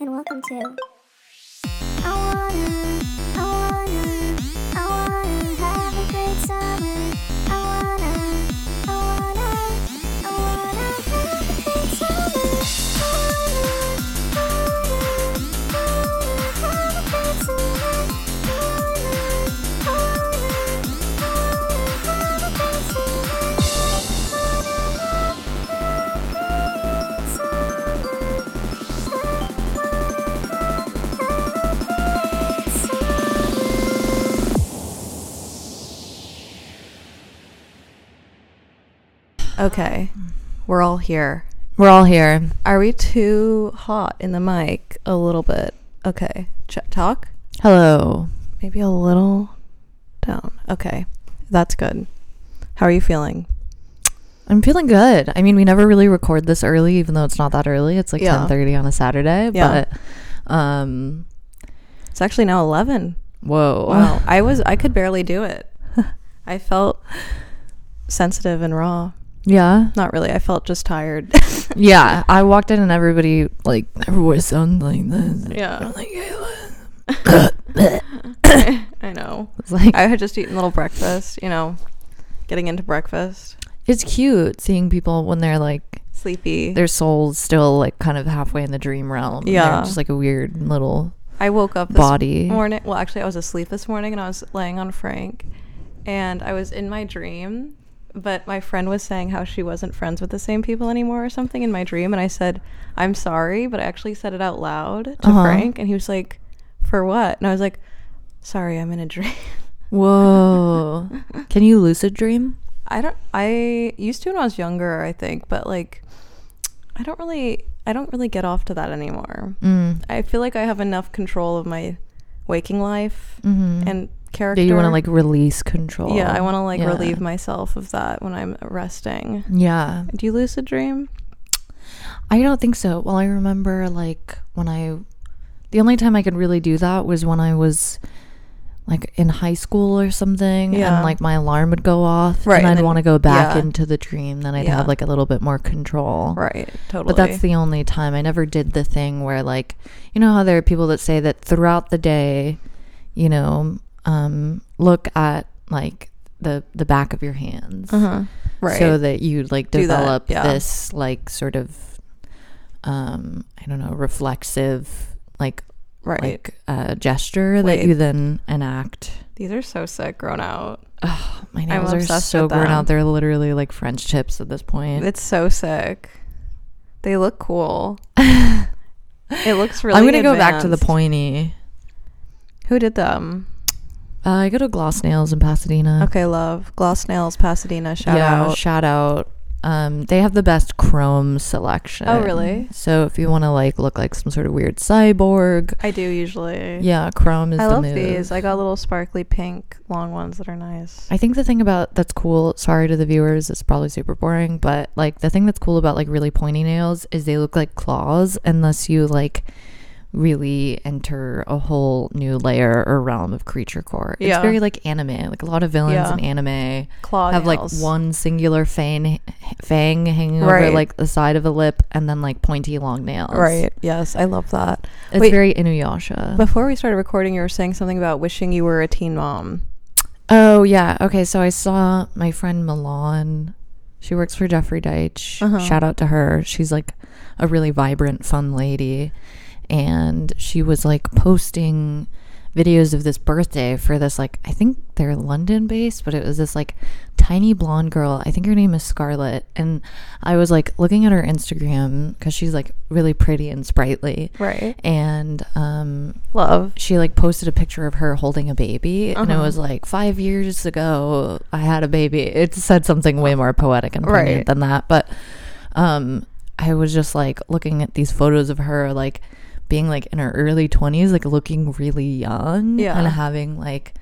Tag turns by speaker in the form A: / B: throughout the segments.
A: and welcome to. I wanna, I wanna, I wanna have a great summer. I wanna, I wanna, I wanna have a great summer. I wanna, I wanna, I wanna have a great summer. I wanna, I wanna, I wanna have a great summer.
B: Okay. We're all here.
C: We're all here.
B: Are we too hot in the mic? A little bit. Okay. Ch- talk?
C: Hello.
B: Maybe a little down. Okay. That's good. How are you feeling?
C: I'm feeling good. I mean, we never really record this early, even though it's not that early. It's like
B: Yeah.
C: 10:30 on a Saturday.
B: Yeah.
C: But um,
B: It's actually now 11.
C: whoa.
B: Wow. I was, I could barely do it. I felt sensitive and raw.
C: Yeah.
B: Not really. I felt just tired.
C: Yeah. I walked in and everybody like everybody sounds like this.
B: Yeah.
C: Like, I
B: I know.
C: was like
B: I had just eaten little breakfast, you know, getting into breakfast.
C: it's cute seeing people when they're like
B: Sleepy.
C: their souls still like kind of halfway in the dream realm. and they're
B: Yeah.
C: Just like a weird little
B: I woke up this
C: Body.
B: morning. Well, actually, I was asleep this morning and I was laying on Frank, and I was in my dream. But my friend was saying how she wasn't friends with the same people anymore or something in my dream, and I said, "I'm sorry," but I actually said it out loud to
C: Uh-huh.
B: Frank, and he was like, "For what?" And I was like, "Sorry, I'm in a dream."
C: whoa. Can you lucid dream?
B: I don't. I used to when I was younger, I think, but like, I don't really. I don't really get off to that anymore.
C: Mm.
B: I feel like I have enough control of my waking life
C: Mhm.
B: and character.
C: Yeah, you want to like release control.
B: Yeah, I want to like
C: Yeah. Mm-hmm.
B: relieve myself of that when I'm resting.
C: Yeah.
B: Do you lucid dream?
C: I don't think so. Well, I remember like when I the only time I could really do that was when I was like in high school or something
B: Yeah.
C: and like my alarm would go off
B: Right, and
C: and I'd
B: then-
C: want to go back
B: yeah.
C: into the dream then I'd
B: Yeah.
C: have like a little bit more control.
B: Right, totally.
C: Oh. But that's the only time I never did the thing where like you know how there are people that say that throughout the day, you know, um look at like the the back of your hands
B: uh-huh. right.
C: so that you like
B: Do that,
C: develop
B: yeah.
C: this like sort of um i don't know reflexive like
B: right.
C: like uh gesture
B: Wait.
C: that you then enact
B: These are so sick, grown out.
C: my nails are
B: obsessed
C: so
B: with
C: grown
B: them.
C: out they're literally like french tips at this point
B: It's so sick. They look cool. it looks really.
C: i'm gonna go back to the
B: advanced.
C: pointy
B: Who did them?
C: uh, i go to gloss nails in pasadena
B: Okay, love. Gloss nails, Pasadena. Shout
C: Uh. yeah
B: out.
C: shout out um, they have the best chrome selection.
B: Oh, really?
C: So if you want to like look like some sort of weird cyborg,
B: I do usually.
C: yeah, chrome is
B: I
C: the
B: love
C: move.
B: these. I got little sparkly pink long ones that are nice.
C: I think the thing about that's cool, sorry to the viewers, it's probably super boring, but like the thing that's cool about like really pointy nails is they look like claws unless you like really enter a whole new layer or realm of creature core.
B: Yeah.
C: It's very like anime. Like a lot of villains
B: Yeah.
C: in anime
B: Claw
C: have like
B: nails.
C: one singular fang, fang hanging
B: Right.
C: over like the side of a lip and then like pointy long nails.
B: Right. Yes, I love that.
C: It's
B: Wait.
C: very Inuyasha.
B: Before we started recording, you were saying something about wishing you were a teen mom.
C: Oh yeah. Okay. So I saw my friend Milan. She works for Jeffrey Deitch.
B: Uh-huh.
C: Shout out to her. She's like a really vibrant, fun lady, and she was like posting videos of this birthday for this like I think they're London based, but it was this like tiny blonde girl. I think her name is Scarlett, and I was like looking at her Instagram because she's like really pretty and sprightly,
B: Right.
C: and um,
B: Love.
C: she like posted a picture of her holding a baby and
B: Uh-huh.
C: it was like five years ago i had a baby it said something way more poetic and poignant
B: Right.
C: than that but um i was just like looking at these photos of her like being like in her early 20s like looking really young
B: Yeah.
C: and having like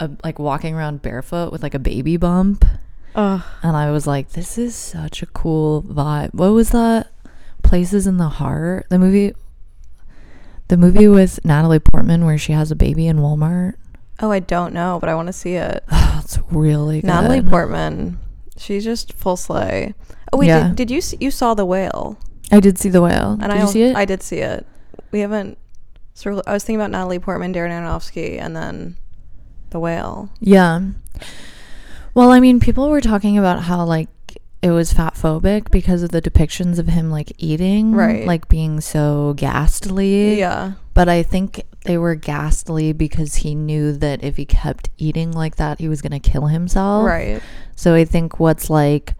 C: a like walking around barefoot with like a baby bump
B: Ugh.
C: and i was like this is such a cool vibe what was that places in the heart the movie the movie with Natalie Portman where she has a baby in Walmart.
B: Oh, I don't know, but I want to see it.
C: That's really good.
B: Natalie Portman. She's just full sleigh. Oh wait,
C: Yeah.
B: did, did you see, you saw the whale?
C: I did see the whale.
B: And
C: did
B: I
C: you
B: al-
C: see it?
B: I did see it. we haven't. circled- I was thinking about Natalie Portman, Darren Aronofsky, and then the whale.
C: Yeah. Well, I mean, people were talking about how like it was fat phobic because of the depictions of him like eating,
B: Right.
C: Like being so ghastly.
B: Yeah,
C: But I think they were ghastly because he knew that if he kept eating like that, he was gonna kill himself.
B: right.
C: So I think what's like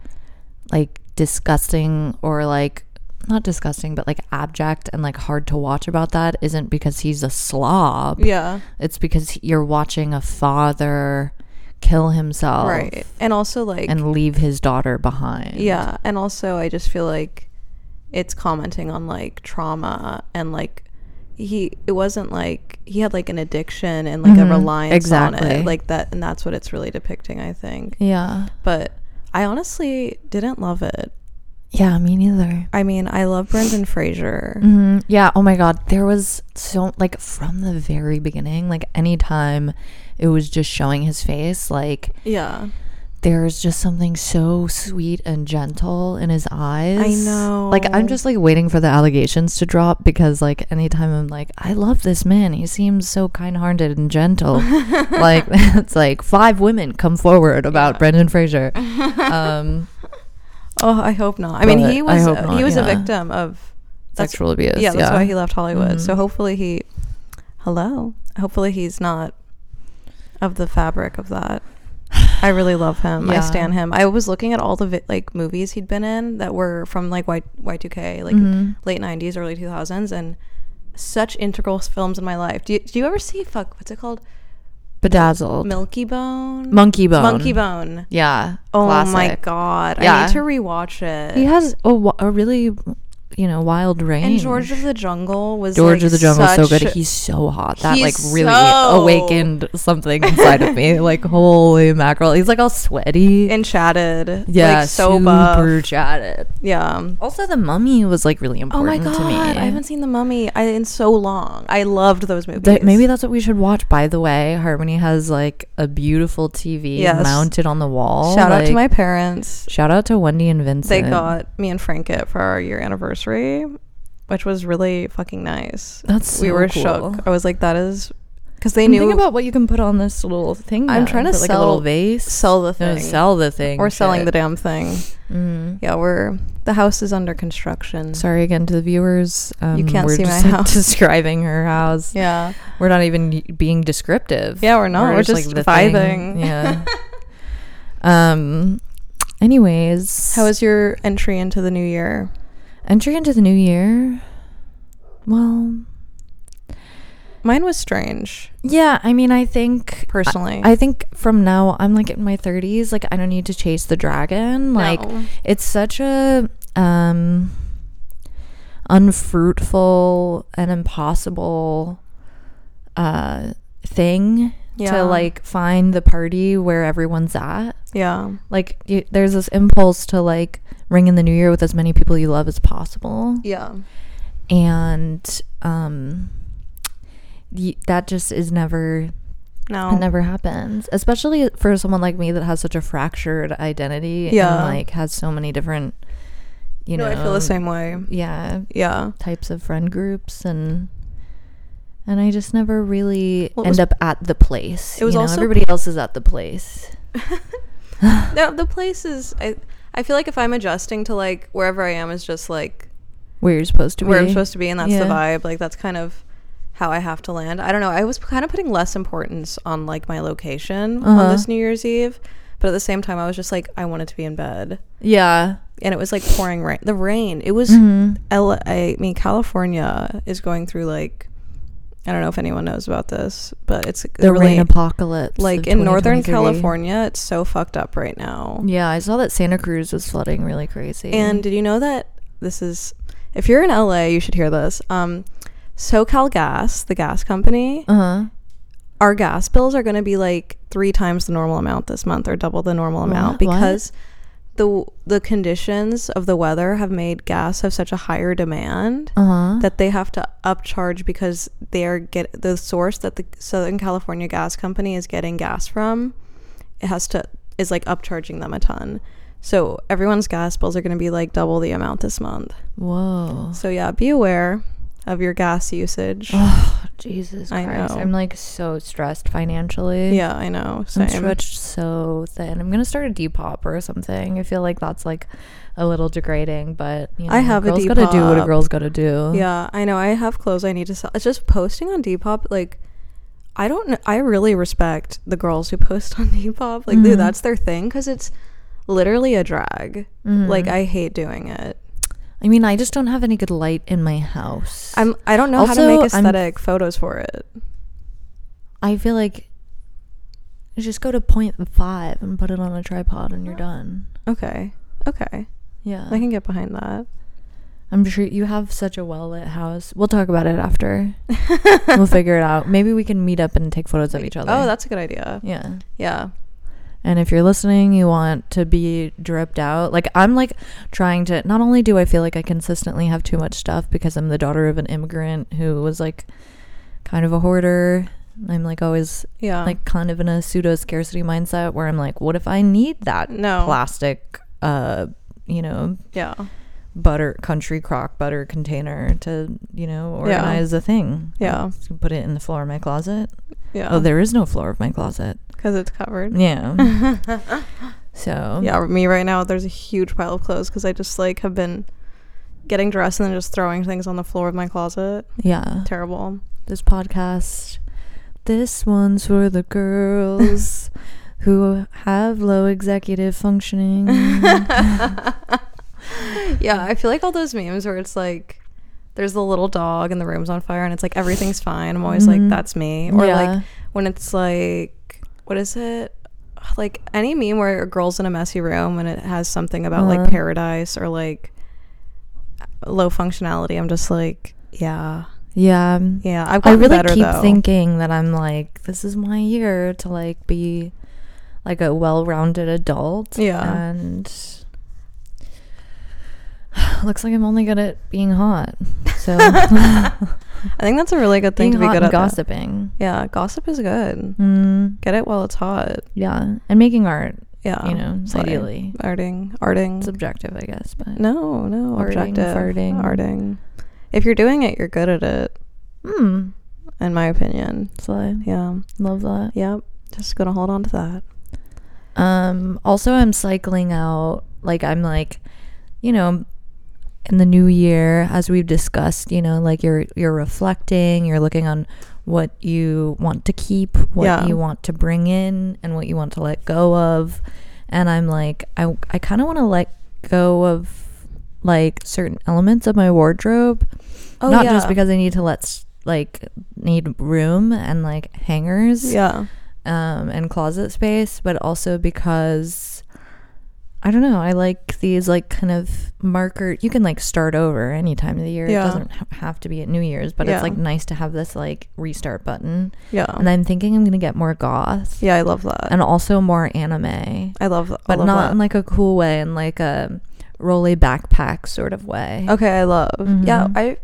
C: like disgusting or like not disgusting, but like abject and like hard to watch about that isn't because he's a slob.
B: Yeah,
C: It's because you're watching a father kill himself
B: right. And also like
C: and leave his daughter behind.
B: Yeah, and also I just feel like it's commenting on like trauma and like he it wasn't like he had like an addiction and like a
C: Mhm,
B: reliance on
C: exactly.
B: it like that and that's what it's really depicting I think.
C: Yeah.
B: But I honestly didn't love it.
C: Yeah, me neither.
B: I mean, I love Brendan Fraser.
C: hmm Yeah. Oh my God. There was so, like, from the very beginning, like, anytime it was just showing his face, like,
B: Yeah.
C: there's just something so sweet and gentle in his eyes.
B: know.
C: Like I'm just like waiting for the allegations to drop because like anytime I'm like, I love this man. He seems so kind-hearted and gentle. like it's like five women come forward about Brendan Fraser. Um,
B: Oh, I hope not. I mean,
C: But I
B: he was
C: hope not,
B: he was
C: yeah.
B: a victim of that's-
C: sexual abuse.
B: yeah, that's why he left Hollywood.
C: Mhm.
B: So hopefully he hello. Hopefully he's not of the fabric of that. I really love him. I
C: Yeah.
B: stand him. I was looking at all the vi- like movies he'd been in that were from like Y Y two K, like
C: Mhm.
B: late nineties, early two thousands, and such integral films in my life. Do you, do you ever see fuck? What's it called?
C: bedazzled.
B: Milky Bone.
C: Monkey Bone.
B: Monkey Bone.
C: Yeah.
B: Oh my
C: classic.
B: god! I
C: Yeah.
B: need to rewatch it.
C: He has a, wa- a really, you know, wild range.
B: and George of the Jungle was
C: George
B: like,
C: of the Jungle is so
B: such-
C: good. He's so hot. That
B: He's
C: like really
B: so-
C: awakened something inside of me. Like holy mackerel. He's like all sweaty.
B: and chatted.
C: yeah,
B: like, so
C: super
B: buff.
C: chatted.
B: Yeah.
C: Also, the mummy was like really
B: Oh my
C: important
B: god,
C: to me.
B: I haven't seen The Mummy I, in so long. I loved those movies.
C: That- maybe that's what we should watch. By the way, Harmony has like a beautiful TV
B: Yes.
C: mounted on the wall.
B: shout out to
C: like-
B: my parents.
C: shout out to Wendy and Vincent.
B: They got me and Frank it for our year anniversary, which was really fucking nice.
C: That's
B: we
C: so
B: were
C: cool.
B: shook. I was like, that is because they
C: And
B: knew
C: Think about what you can put on this little thing.
B: I'm
C: then.
B: trying to
C: Put, like a little
B: sell-
C: vase.
B: sell the
C: No,
B: thing.
C: sell the thing.
B: we're selling
C: shit.
B: the damn thing.
C: Mm.
B: Yeah, we're the house is under construction.
C: Sorry again to the viewers. Um,
B: can't
C: we're
B: see
C: just,
B: my
C: like,
B: house.
C: describing her house.
B: Yeah.
C: We're not even y- being descriptive.
B: Yeah, we're not. We're just
C: thing.
B: vibing.
C: Yeah. um. Anyways,
B: How was your entry into the new year?
C: entry into the new year? Well,
B: Mine was strange,
C: yeah. I mean, I think
B: personally.
C: I think from now I'm like in my 30s. Like I don't need to chase the dragon. Like
B: No.
C: it's such a um unfruitful and impossible uh thing
B: Yeah.
C: to like find the party where everyone's at.
B: yeah.
C: Like you, there's this impulse to like ring in the new year with as many people you love as possible
B: Yeah.
C: and um y- that just is never
B: No.
C: it never happens, especially for someone like me that has such a fractured identity
B: Yeah.
C: and like has so many different, you
B: No,
C: know,
B: I feel the same way.
C: Yeah,
B: Yeah.
C: types of friend groups and and I just never really
B: Well, it
C: end
B: was-
C: up at the place.
B: it was
C: you know?
B: also-
C: everybody else is at the place.
B: No, the place is I I feel like if I'm adjusting to like wherever I am is just like
C: Where you're supposed to be.
B: where I'm supposed to be and that's the
C: Yeah.
B: vibe. Like that's kind of how I have to land. I don't know. I was kind of putting less importance on like my location
C: Uh-huh.
B: on this New Year's Eve, but at the same time I was just like I wanted to be in bed.
C: Yeah.
B: And it was like pouring rain. The rain. It was
C: Mhm.
B: L- I mean California is going through like I don't know if anyone knows about this, but it's
C: The rain
B: really-
C: apocalypse. of
B: like in northern
C: 2023.
B: california it's so fucked up right now
C: Yeah, I saw that Santa Cruz was flooding really crazy.
B: and did you know that this is if you're in la you should hear this um socal gas the gas company
C: uh huh.
B: our gas bills are going to be like three times the normal amount this month or double the normal amount
C: What?
B: because the the conditions of the weather have made gas have such a higher demand
C: Uh huh.
B: that they have to upcharge because they're get the source that the Southern California Gas Company is getting gas from. It has to is like upcharging them a ton. So everyone's gas bills are going to be like double the amount this month.
C: Whoa.
B: So yeah, be aware. of your gas usage.
C: Oh, Jesus
B: I
C: Christ. I
B: know.
C: am like so stressed financially.
B: yeah, I know.
C: I'm
B: Same.
C: stretched so thin. I'm gonna start a Depop or something. I feel like that's like a little degrading, but you know,
B: I have a
C: girls gotta do what a
B: Depop.
C: girl's gotta do.
B: Yeah, I know. I have clothes I need to sell. It's just posting on Depop. Like, I don't. kn- I really respect the girls who post on Depop. Like,
C: Mhm.
B: dude, that's their thing because it's literally a drag. Like,
C: Mhm.
B: I hate doing it.
C: I mean, I just don't have any good light in my house.
B: I'm. I don't know how to
C: Also,
B: make
C: I'm-
B: aesthetic photos for it.
C: I feel like just go to point five and put it on a tripod and you're done.
B: Okay. Okay.
C: Yeah.
B: I can get behind that.
C: I'm sure you have such a well lit house. We'll talk about it after. we'll figure it out. Maybe we can meet up and take photos of each other.
B: Oh, that's a good idea.
C: yeah.
B: Yeah.
C: And if you're listening, you want to be dripped out. Like I'm like trying to not only do I feel like I consistently have too much stuff because I'm the daughter of an immigrant who was like kind of a hoarder. I'm like always
B: Yeah.
C: like kind of in a pseudo scarcity mindset where I'm like, what if I need that
B: No.
C: plastic uh you know,
B: yeah.
C: butter country crock butter container to, you know,
B: Yeah.
C: organize a thing.
B: Yeah.
C: Just Put it in the floor of my closet.
B: Yeah.
C: Oh, there is no floor of my closet.
B: Because it's covered.
C: Yeah. so
B: Yeah, me right now, there's a huge pile of clothes because I just like have been getting dressed and then just throwing things on the floor of my closet.
C: Yeah.
B: Terrible.
C: This podcast. This one's for the girls who have low executive functioning.
B: Yeah, I feel like all those memes where it's like there's the little dog and the room's on fire and it's like everything's fine. I'm always
C: Mhm.
B: like, that's me. Or
C: Yeah.
B: like when it's like, what is it? Like any meme where a girl's in a messy room and it has something about
C: Uh-huh.
B: like paradise or like low functionality. I'm just like, yeah,
C: Yeah.
B: yeah. I've
C: I
B: gotten
C: really
B: better
C: keep
B: though.
C: thinking that I'm like, this is my year to like be like a well rounded adult.
B: Yeah.
C: And looks like I'm only good at being hot. So
B: I think that's a really good thing to
C: being
B: be
C: hot
B: good
C: and
B: at. that.
C: gossiping.
B: Yeah, gossip is good.
C: Mm,
B: Get it while it's hot.
C: yeah. And making art,
B: Yeah,
C: you know,
B: same.
C: ideally.
B: arting, arting.
C: It's objective, I guess, but
B: no, no,
C: Arting,
B: objective,
C: farting.
B: arting. If you're doing it, you're good at it,
C: Hmm.
B: in my opinion.
C: So I
B: Yeah,
C: love that.
B: yep. Just gonna hold on to that.
C: Um also I'm cycling out like I'm like you know in the new year as we've discussed, you know, like you're you're reflecting, you're looking on what you want to keep, what
B: Yeah.
C: you want to bring in and what you want to let go of. And I'm like I I kind of want to let go of like certain elements of my wardrobe.
B: Oh,
C: Not just
B: yeah.
C: because I need to let s- like need room and like hangers
B: Yeah,
C: um, and closet space, but also because I don't know. I like these like kind of marker. You can like start over any time of the year.
B: Yeah.
C: It doesn't ha- have to be at New Year's, but
B: Yeah. Oh.
C: it's like nice to have this like restart button.
B: yeah,
C: And I'm thinking I'm gonna get more goth
B: yeah. I love that.
C: and also more anime,
B: Uh. I love, I
C: but
B: love
C: not
B: that.
C: in like a cool way, in like a rolly backpack sort of way.
B: okay. I love. Yeah,
C: Mhm.
B: I.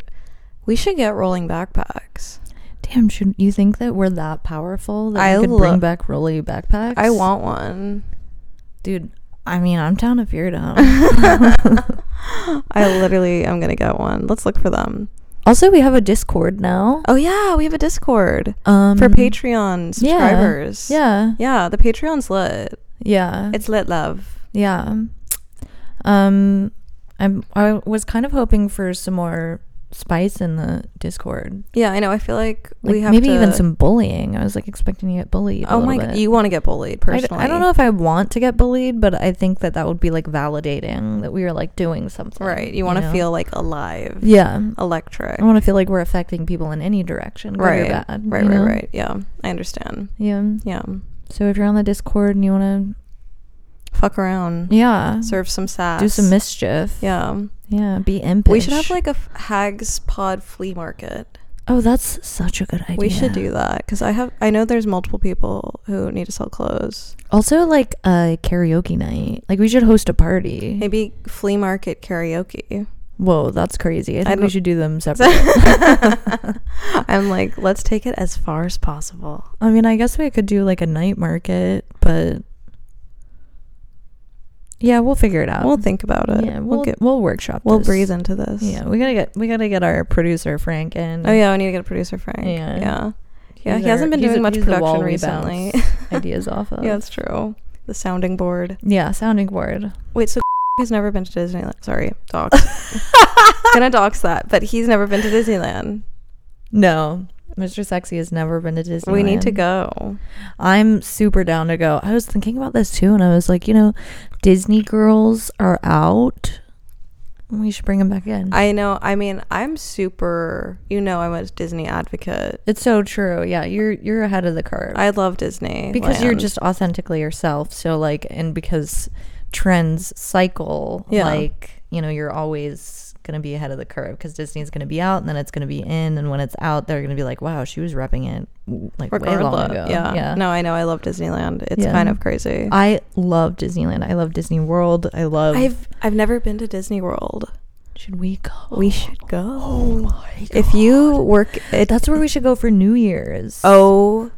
B: We should get rolling backpacks.
C: Damn, should you think that we're that powerful that
B: I
C: we could
B: lo-
C: bring back rolly backpacks?
B: I want one.
C: dude. I mean, I'm down if you're down.
B: I literally am gonna get one. Let's look for them.
C: Also, we have a Discord now.
B: Oh yeah, we have a Discord Oh,
C: Um,
B: for Patreon subscribers.
C: Yeah. Yeah.
B: yeah. The Patreon's lit.
C: Yeah.
B: It's lit, love.
C: yeah. Um, I'm. I was kind of hoping for some more spice in the Discord.
B: Yeah, I know. I feel like,
C: Like
B: we have
C: maybe even
B: to-
C: some bullying. I was like expecting to get bullied. a
B: Oh my!
C: little
B: god,
C: bit.
B: You want to get bullied
C: I d-
B: personally?
C: I don't know if I want to get bullied, but I think that that would be like validating that we were like doing something.
B: right. You want to
C: know?
B: feel like alive,
C: Yeah.
B: electric.
C: I want to feel like we're affecting people in any direction, good
B: right.
C: or bad.
B: right.
C: you
B: Right.
C: know?
B: Right. Yeah. I understand.
C: Yeah.
B: Yeah.
C: So if you're on the Discord and you want
B: Fuck around.
C: to, yeah,
B: Serve some sass.
C: do some mischief.
B: Yeah.
C: Yeah, be impish.
B: We should have like a f- hags pod flea market.
C: Oh, that's such a good idea.
B: We should do that because I have I know there's multiple people who need to sell clothes.
C: Also, like a karaoke night. Like we should host a party.
B: Maybe flea market karaoke.
C: Whoa, that's crazy. I think we
B: don't-
C: should do them separate.
B: I'm like, let's take it as far as possible.
C: I mean, I guess we could do like a night market, but Yeah, we'll figure it out.
B: We'll think about it.
C: yeah, we'll,
B: get
C: we'll workshop.
B: we'll
C: this.
B: breathe into this.
C: Yeah, we gotta get we gotta get our producer Frank in.
B: Oh yeah, we need to get a producer Frank.
C: Yeah.
B: Yeah. Yeah,
C: He's
B: he hasn't
C: our-
B: been
C: he's
B: doing
C: a-
B: much
C: he's the wall
B: production
C: we
B: recently.
C: bounce ideas off of.
B: yeah, that's true. The sounding board.
C: Yeah, sounding board.
B: Wait, so he's never been to Disneyland. Sorry, dox. Gonna dox that, but he's never been to Disneyland.
C: No, Mr. Sexy has never been to Disney.
B: We need to go.
C: I'm super down to go. I was thinking about this too, and I was like, you know, Disney girls are out. We should bring them back in.
B: I know. I mean, I'm super. You know, I'm a Disney advocate.
C: it's so true. Yeah, you're you're ahead of the curve
B: I love Disney
C: because you're
B: land.
C: just authentically yourself. So like, and because trends cycle,
B: Yeah.
C: like you know, you're always gonna be ahead of the curve because Disney's gonna be out and then it's gonna be in, and when it's out, they're gonna be like, wow, she was repping it like way long ago.
B: regardless. Yeah. No, I know. I love Disneyland. It's
C: Yeah.
B: kind of crazy.
C: I love Disneyland. I love Disney World. I love.
B: I've I've never been to Disney World.
C: should we go?
B: We should go.
C: Oh my
B: If you work, it,
C: that's where we should go for New Year's.
B: oh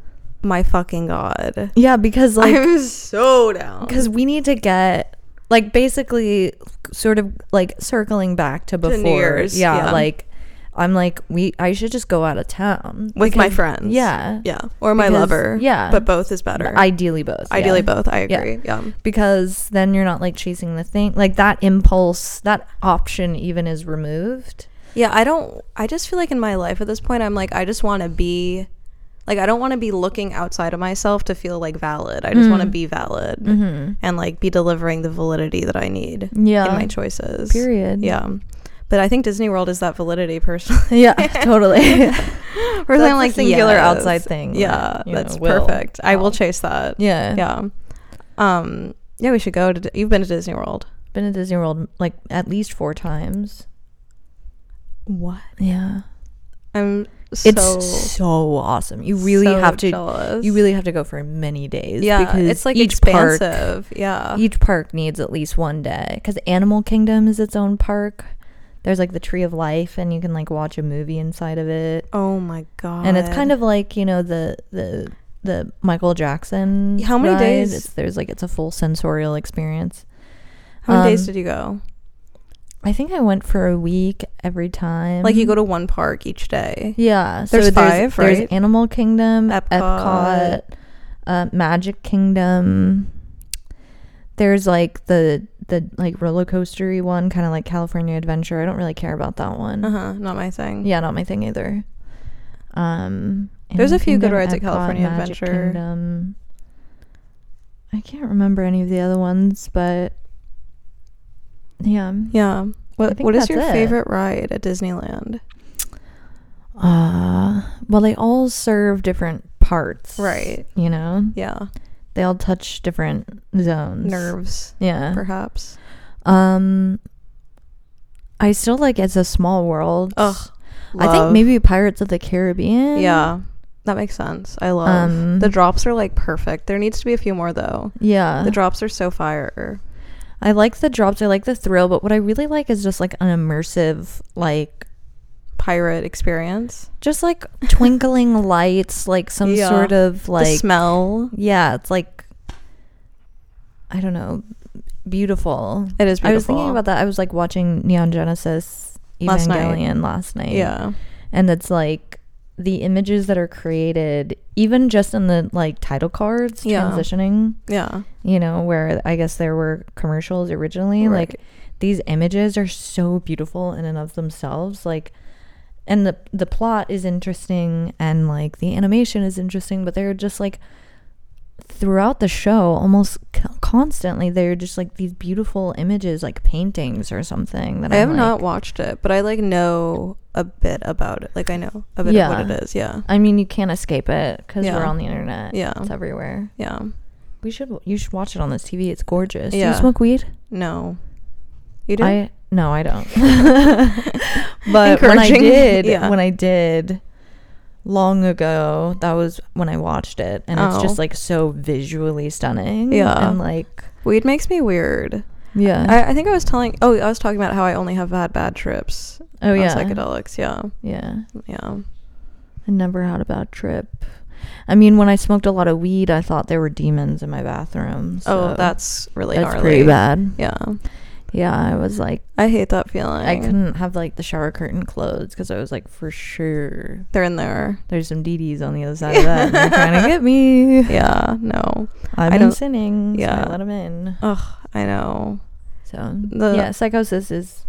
B: my fucking god!
C: yeah, because like
B: I'm so down.
C: because we need to get like basically sort of like circling back to before.
B: New Year's,
C: Yeah,
B: yeah.
C: like I'm like we I should just go out of town
B: with my
C: because-
B: friends.
C: Yeah,
B: Yeah. Or my
C: Because-
B: lover.
C: yeah.
B: But both is better.
C: Ideally both. yeah.
B: Ideally both. I
C: Yeah.
B: agree. Yeah.
C: Because then you're not like chasing the thing. Like that impulse, that option even is removed.
B: Yeah, I don't I just feel like in my life at this point I'm like I just want to be like I don't want to be looking outside of myself to feel like valid. I just want to
C: Mm-hmm.
B: be valid and like be delivering the validity that I need
C: Yeah.
B: in my choices.
C: Period.
B: Yeah. But I think Disney World is that validity personally.
C: Yeah, totally.
B: Personally, I'm
C: the
B: like
C: singular
B: yes.
C: outside thing
B: Yeah,
C: that, you
B: that's
C: know, will
B: perfect. I will
C: help.
B: chase that.
C: yeah.
B: Yeah. Um yeah, we should go to Di- You've been to Disney World.
C: Been to Disney World like at least four times.
B: What?
C: Yeah.
B: I'm so
C: It's so, awesome. You really
B: so
C: have to
B: jealous.
C: you really have to go for many days.
B: yeah, it's like
C: park
B: expansive. yeah.
C: each park needs at least one day because Animal Kingdom is its own park. There's like the Tree of Life, and you can like watch a movie inside of it,
B: oh my god.
C: and it's kind of like you know the the the Michael Jackson.
B: How many
C: ride.
B: days-
C: It's, there's like it's a full sensorial experience.
B: how many days
C: um,
B: did you go?
C: I think I went for a week every time.
B: Like you go to one park each day.
C: Yeah,
B: There's five, right?
C: There's Animal Kingdom,
B: Epcot.
C: Epcot, uh, Magic Kingdom. There's like the the like roller coastery one, kind of like California Adventure. I don't really care about that one.
B: Uh huh. Not my thing.
C: Yeah, not my thing either. Um,
B: There's a
C: Animal
B: few good
C: Kingdom,
B: rides at California
C: Magic
B: Adventure.
C: Kingdom. I can't remember any of the other ones, but yeah,
B: Yeah.
C: I
B: What
C: think
B: What is
C: that's
B: your
C: it.
B: favorite ride at Disneyland?
C: Uh, well, they all serve different parts,
B: Right.
C: You know,
B: Yeah.
C: they all touch different zones.
B: Nerves,
C: Yeah.
B: perhaps.
C: Um, I still like it's a small world.
B: Ugh.
C: I
B: Love.
C: think maybe Pirates of the Caribbean.
B: Yeah. That makes sense. I love
C: Um,
B: the drops are like perfect. There needs to be a few more though.
C: Yeah.
B: The drops are so fire.
C: I like the drops. I like the thrill. But what I really like is just like an immersive, like
B: Pirate experience.
C: just like twinkling lights, like some
B: Yeah.
C: sort of
B: the
C: like
B: smell.
C: Yeah, it's like I don't know, beautiful.
B: It is
C: I was thinking
B: beautiful.
C: about that. I was like watching Neon Genesis
B: Last night.
C: Evangelion last night.
B: Yeah.
C: And it's like the images that are created even just in the like title cards
B: Yeah.
C: transitioning,
B: Yeah.
C: you know, where I guess there were commercials originally,
B: Right.
C: like these images are so beautiful in and of themselves, like and the the plot is interesting and like the animation is interesting, but they're just like throughout the show almost c- constantly they're just like these beautiful images like paintings or something that
B: I have
C: I'm like-
B: not watched it, but I like know a bit about it. Like I know a bit of what
C: Yeah.
B: it is. Yeah.
C: I mean, you can't escape it because
B: Yeah.
C: we're on the internet.
B: Yeah.
C: it's everywhere.
B: Yeah.
C: We should. You should watch it on this TV. It's gorgeous. Do
B: Yeah.
C: you smoke weed?
B: No. You do?
C: I no, I don't. but when I
B: Encouraging.
C: did,
B: Yeah.
C: when I did long ago, that was when I watched it, and it's
B: Oh.
C: just like so visually stunning.
B: Yeah.
C: and like
B: Weed makes me weird.
C: yeah,
B: I, I think I was telling oh, I was talking about how I only have had bad trips.
C: oh
B: on
C: yeah,
B: Psychedelics, yeah.
C: yeah.
B: Yeah.
C: I never had a bad trip. I mean, when I smoked a lot of weed, I thought there were demons in my bathroom.
B: oh,
C: so
B: that's really
C: that's
B: gnarly.
C: pretty bad.
B: Yeah,
C: Yeah, I was like,
B: I hate that feeling.
C: I couldn't have like the shower curtain closed because I was like, for sure,
B: They're in there.
C: there's some DDs on the other side of that. and They're trying to get me.
B: Yeah, no.
C: I've
B: I
C: been
B: don't-
C: sinning. Yeah,
B: yeah.
C: so I let them in.
B: Ugh, I know.
C: So
B: The-
C: yeah, psychosis is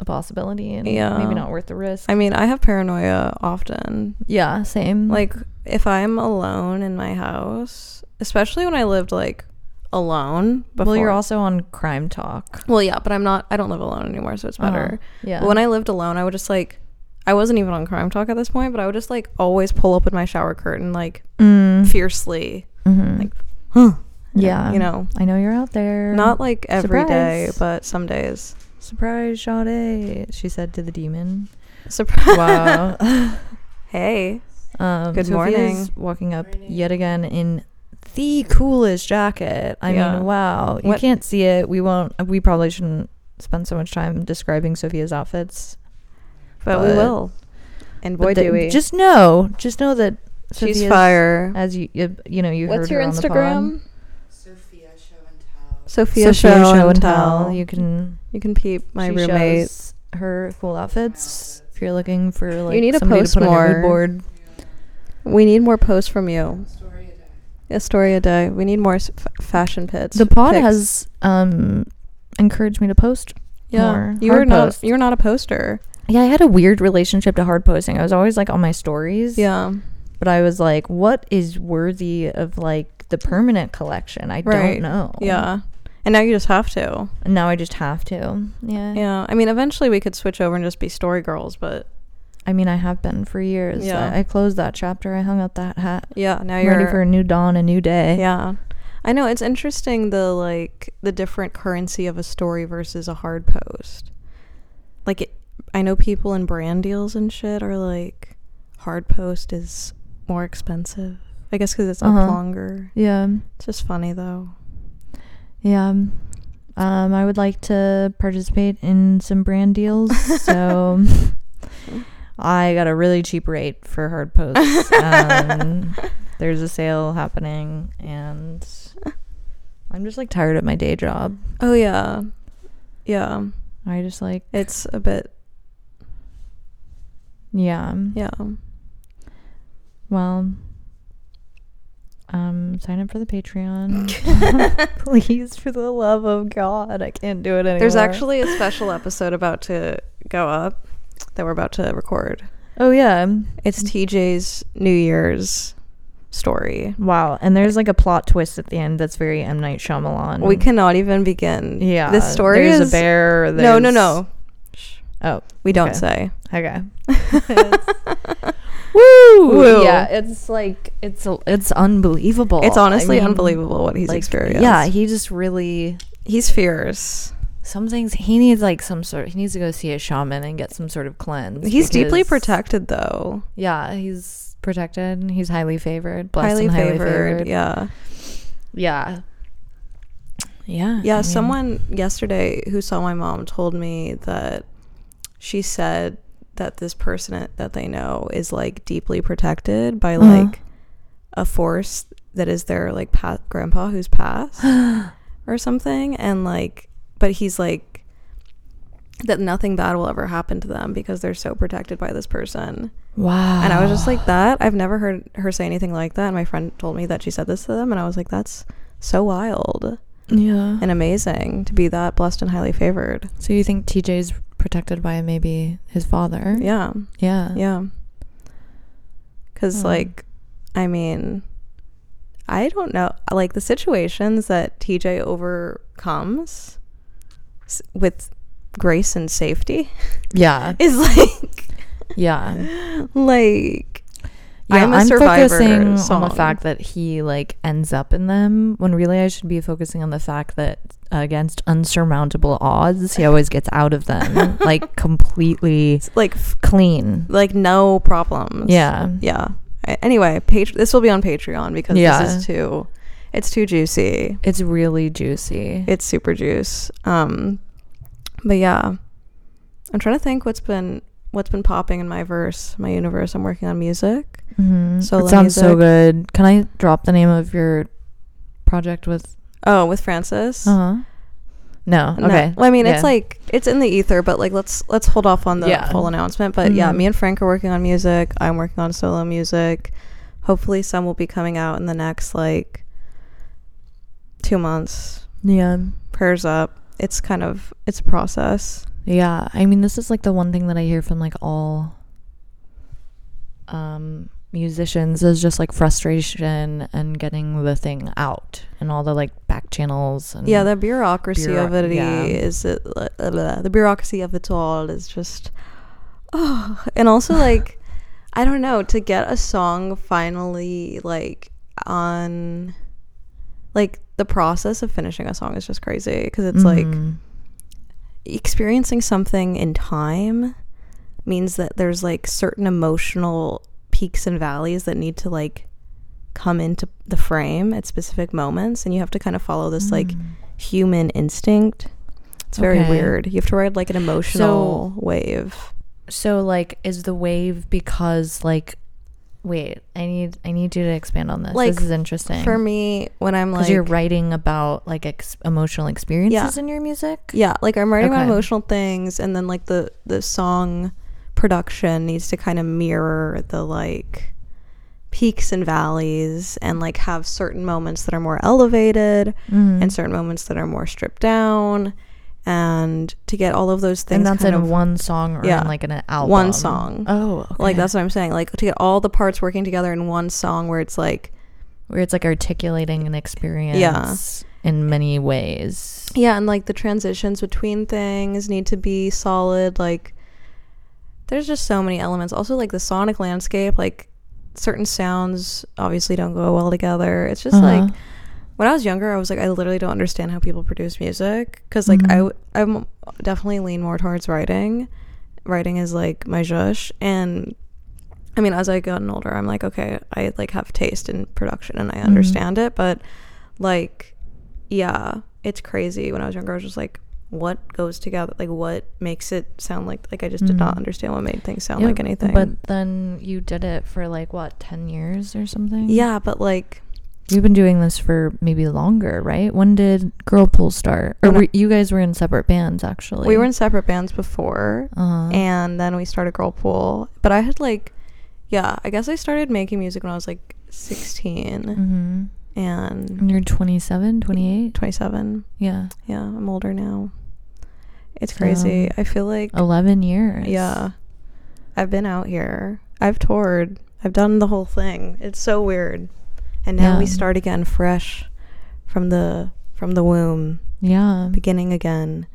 C: a possibility, and
B: Yeah.
C: maybe not worth the risk.
B: I mean, I have paranoia often.
C: yeah, same.
B: Like if I'm alone in my house, especially when I lived like alone before.
C: well, you're also on Crime Talk.
B: Well, yeah, but I'm not. I don't live alone anymore, so it's better.
C: Uh-huh. Yeah.
B: But when I lived alone, I would just like, I wasn't even on Crime Talk at this point, but I would just like always pull open my shower curtain like
C: Mm.
B: fiercely,
C: Mhm.
B: like, huh,
C: yeah,
B: you know,
C: I know you're out there.
B: not like every day,
C: Surprise.
B: but some days.
C: surprise, Sade. She said to the demon.
B: Surprise!
C: Wow.
B: hey,
C: Um,
B: Good
C: Sophia's
B: morning.
C: Walking up yet again in the coolest jacket. I
B: Yeah.
C: mean, wow. You
B: What-
C: can't see it. We won't. uh, We probably shouldn't spend so much time describing Sophia's outfits.
B: but, we
C: But-
B: will. And boy,
C: But the-
B: do we!
C: Just know. Just know that
B: she's
C: Sophia's-
B: fire.
C: As you, you, you know, you heard
B: What's your
C: her on the pod.
B: Instagram?
D: Sophia Show and Tell.
B: Sophia, show, and tell. You,
C: You can
B: can peep my
C: she
B: roommate.
C: shows her cool outfits. If you're looking for like
B: need to
C: somebody
B: post
C: to put on your mood
B: more.
C: board,
B: We need more posts from you.
D: Story of that.
B: A story a day. We need more s- f- fashion pits.
C: the pod
B: pics.
C: has um encouraged me to post more
B: You
C: hard
B: were not.
C: posts.
B: You're not a poster.
C: yeah i had a weird relationship to hard posting i was always like on my stories
B: Yeah.
C: but i was like what is worthy of like the permanent collection i
B: Right.
C: don't know
B: Yeah. And now you just have to.
C: and now i just have to yeah
B: Yeah. I mean, eventually we could switch over and just be story girls, but
C: i mean i have been for years
B: Yeah.
C: I, I closed that chapter i hung up that hat
B: yeah, now
C: I'm
B: you're
C: ready for a new dawn a new day
B: Yeah. I know it's interesting the like the different currency of a story versus a hard post. Like it, I know people in brand deals and shit are like hard post is more expensive. I guess cuz it's up
C: Uh-huh.
B: longer.
C: yeah
B: It's just funny though.
C: yeah um i would like to participate in some brand deals so i got a really cheap rate for hard posts um, there's a sale happening and i'm just like tired of my day job
B: Oh yeah. Yeah.
C: i just like
B: It's a bit
C: yeah
B: yeah.
C: well um sign up for the patreon please for the love of god i can't do it anymore
B: There's actually a special episode about to go up that we're about to record.
C: oh yeah
B: It's TJ's New Year's story.
C: wow and there's like a plot twist at the end that's very m night Shyamalan.
B: We cannot even begin.
C: Mm. yeah
B: This story
C: there's
B: is
C: a bear
B: No, no,
C: there's-
B: no.
C: oh
B: We don't
C: Okay.
B: say.
C: Okay. Woo!
B: Woo.
C: Yeah, it's like it's it's unbelievable.
B: It's
C: I
B: honestly
C: mean,
B: unbelievable what he's
C: like,
B: experienced.
C: Yeah, he just really
B: he's fierce.
C: some things he needs like some sort. He needs to go see a shaman and get some sort of cleanse.
B: He's deeply
C: because-
B: protected though.
C: Yeah, he's protected. He's highly favored. Blessed
B: highly,
C: and highly
B: favored. Yeah.
C: Yeah. Yeah.
B: Yeah,
C: I mean,
B: someone yesterday who saw my mom told me that she said that this person that they know is like deeply protected by
C: Uh-huh.
B: like a force that is their like pa- grandpa who's passed or something and like but he's like that nothing bad will ever happen to them because they're so protected by this person.
C: Wow.
B: And I was just like that. I've never heard her say anything like that. And my friend told me that she said this to them and I was like that's so wild
C: yeah.
B: and amazing to be that blessed and highly favored.
C: so you think TJ's protected by maybe his father?
B: Yeah.
C: Yeah.
B: Yeah. Cuz
C: Hmm.
B: like I mean I don't know like the situations that TJ overcomes s- with grace and safety
C: Yeah.
B: is like
C: Yeah.
B: like
C: Yeah,
B: I'm a
C: I'm
B: survivor
C: focusing on
B: song.
C: the fact that he like ends up in them when really I should be focusing on the fact that uh, against unsurmountable odds, he always gets out of them like completely
B: like f-
C: clean.
B: like no problems.
C: Yeah.
B: Yeah. A- Anyway, page this will be on Patreon because
C: Yeah.
B: this is too it's too juicy.
C: It's really juicy.
B: It's super juice. Um but yeah. I'm trying to think what's been what's been popping in my verse, my universe. I'm working on music.
C: Mm-hmm.
B: Solo
C: it sounds so
B: music.
C: good. Can I drop the name of your project with?
B: Oh, with Francis.
C: Uh huh. No.
B: Uh-huh. No.
C: Okay.
B: Well, I mean, it's
C: Yeah.
B: like it's in the ether, but like let's let's hold off on the
C: Yeah.
B: full announcement. But yeah,
C: Mhm.
B: me and Frank are working on music. I'm working on solo music. Hopefully, some will be coming out in the next like two months.
C: yeah.
B: Prayers up. It's kind of it's a process.
C: Yeah, I mean, this is like the one thing that I hear from like all um, musicians is just like frustration and getting the thing out and all the like back channels. And
B: Yeah, the bureaucracy
C: Bureau-
B: of it
C: yeah.
B: is uh, uh, uh, the bureaucracy of it all is just oh, and also like I don't know to get a song finally like on like the process of finishing a song is just crazy because it's like
C: Mhm.
B: experiencing something in time means that there's like certain emotional peaks and valleys that need to like come into the frame at specific moments and you have to kind of follow this like human instinct it's very
C: Mm. Okay.
B: weird you have to ride like an emotional wave
C: so like is the wave because like wait I need I need you to expand on this.
B: Like,
C: this is interesting
B: for me when i'm
C: because
B: like
C: you're writing about like ex- emotional experiences in your music.
B: yeah like i'm writing about
C: Okay.
B: emotional things and then like the the song production needs to kind of mirror the like peaks and valleys and like have certain moments that are more elevated
C: Mhm.
B: and certain moments that are more stripped down and to get all of those things
C: and that's
B: kind
C: in
B: of
C: one song or
B: yeah,
C: in like an album.
B: song.
C: Oh, okay.
B: like that's what i'm saying like to get all the parts working together in one song where it's like
C: where it's like articulating an experience in many ways.
B: Yeah, and like the transitions between things need to be solid. Like, there's just so many elements. Also, like the sonic landscape, like certain sounds obviously don't go well together. It's just
C: Uh-huh.
B: like when I was younger, I was like, I literally don't understand how people produce music because like I
C: Mhm.
B: I am definitely lean more towards writing. Writing is like my zhush and. I mean, as I gotten older, I'm like, okay, I like have taste in production and I
C: Mhm.
B: understand it, but like yeah it's crazy when i was younger i was just like what goes together like what makes it sound like like i just did not
C: Mhm.
B: understand what made things sound
C: Yeah,
B: like anything
C: But then you did it for like what, 10 years or something?
B: yeah but like
C: You've been doing this for maybe longer, right? When did Girl Pool start? Or
B: When I-
C: were, you guys were in separate bands actually.
B: we were in separate bands before
C: Uh-huh.
B: and then we started girl pool but i had like yeah i guess i started making music when i was like 16
C: Mhm. And
B: and
C: you're 27, 28?
B: 27
C: Yeah.
B: yeah i'm older now it's
C: So,
B: crazy i feel like
C: 11 years.
B: Yeah. I've been out here. I've toured. I've done the whole thing. It's so weird. And now we
C: Yeah.
B: start again fresh from the from the womb,
C: Yeah.
B: beginning again.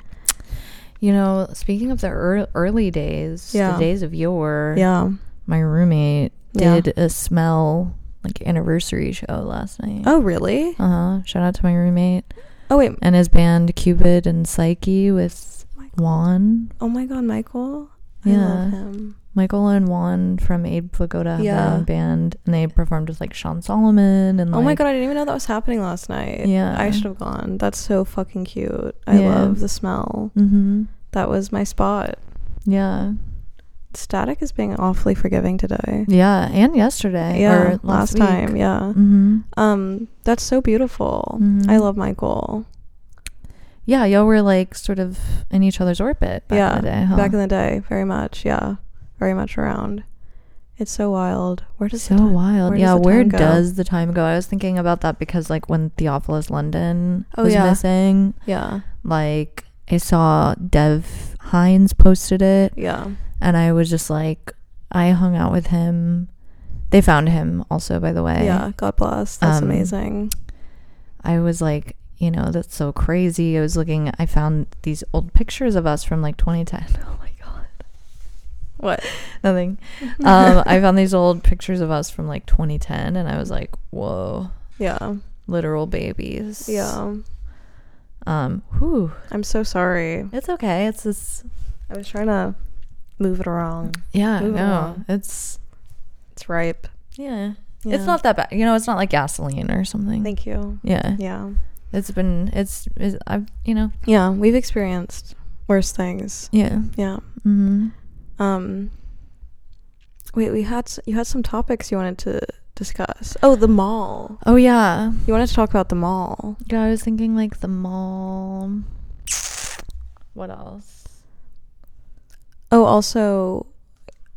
C: You know, speaking of the ear early days,
B: Yeah.
C: the days of yore.
B: Yeah.
C: my roommate
B: Yeah.
C: did a smell like anniversary show last night.
B: Oh, really?
C: Uh huh. Shout out to my roommate
B: Oh wait.
C: and his band Cupid and Psyche with
B: Michael.
C: Juan,
B: Oh my god, Michael. I
C: Yeah.
B: love him.
C: Michael and Juan from Abe Pagoda have their
B: Yeah.
C: own band, and they performed with like Sean Solomon and
B: oh my
C: like,
B: god, I didn't even know that was happening last night.
C: Yeah.
B: I should have gone. That's so fucking cute. I
C: Yeah.
B: love the smell.
C: Mm-hmm.
B: That was my spot.
C: Yeah,
B: Static is being awfully forgiving today.
C: yeah, and yesterday
B: Yeah.
C: or last,
B: last time, yeah.
C: Mm-hmm.
B: Um, that's so beautiful.
C: Mhm.
B: I love Michael.
C: Yeah, y'all were like sort of in each other's orbit back
B: yeah,
C: in the day, huh?
B: back in the day, very much. Yeah, very much around. It's so wild. Where does the
C: so
B: time-
C: wild.
B: where does
C: yeah,
B: the
C: where
B: time go?
C: does the time go? I was thinking about that because like when Theophilus London
B: Oh,
C: was
B: yeah.
C: missing,
B: Yeah,
C: like I saw Dev Hines posted it
B: yeah.
C: and I was just like I hung out with him. They found him also by the way.
B: Yeah, God bless. That's
C: Um,
B: amazing.
C: I was like, you know, that's so crazy. I was looking I found these old pictures of us from like 2010. Oh my god.
B: What?
C: Nothing. um I found these old pictures of us from like 2010 and I was like, whoa.
B: Yeah,
C: literal babies.
B: yeah.
C: Um. Whew.
B: I'm so sorry.
C: It's okay. It's this.
B: I was trying to move it around.
C: Yeah.
B: Move
C: no.
B: along.
C: It's.
B: It's ripe.
C: Yeah.
B: Yeah.
C: It's not that bad. You know. It's not like gasoline or something.
B: Thank you.
C: yeah.
B: Yeah,
C: It's been. It's. it's I've. You know.
B: yeah. We've experienced worse things.
C: Yeah.
B: Yeah.
C: Mm-hmm.
B: Um, wait, we had s- you had some topics you wanted to discuss. Oh, the mall.
C: Oh yeah.
B: You wanted to talk about the mall.
C: Yeah, I was thinking like the mall. What else?
B: Oh, also,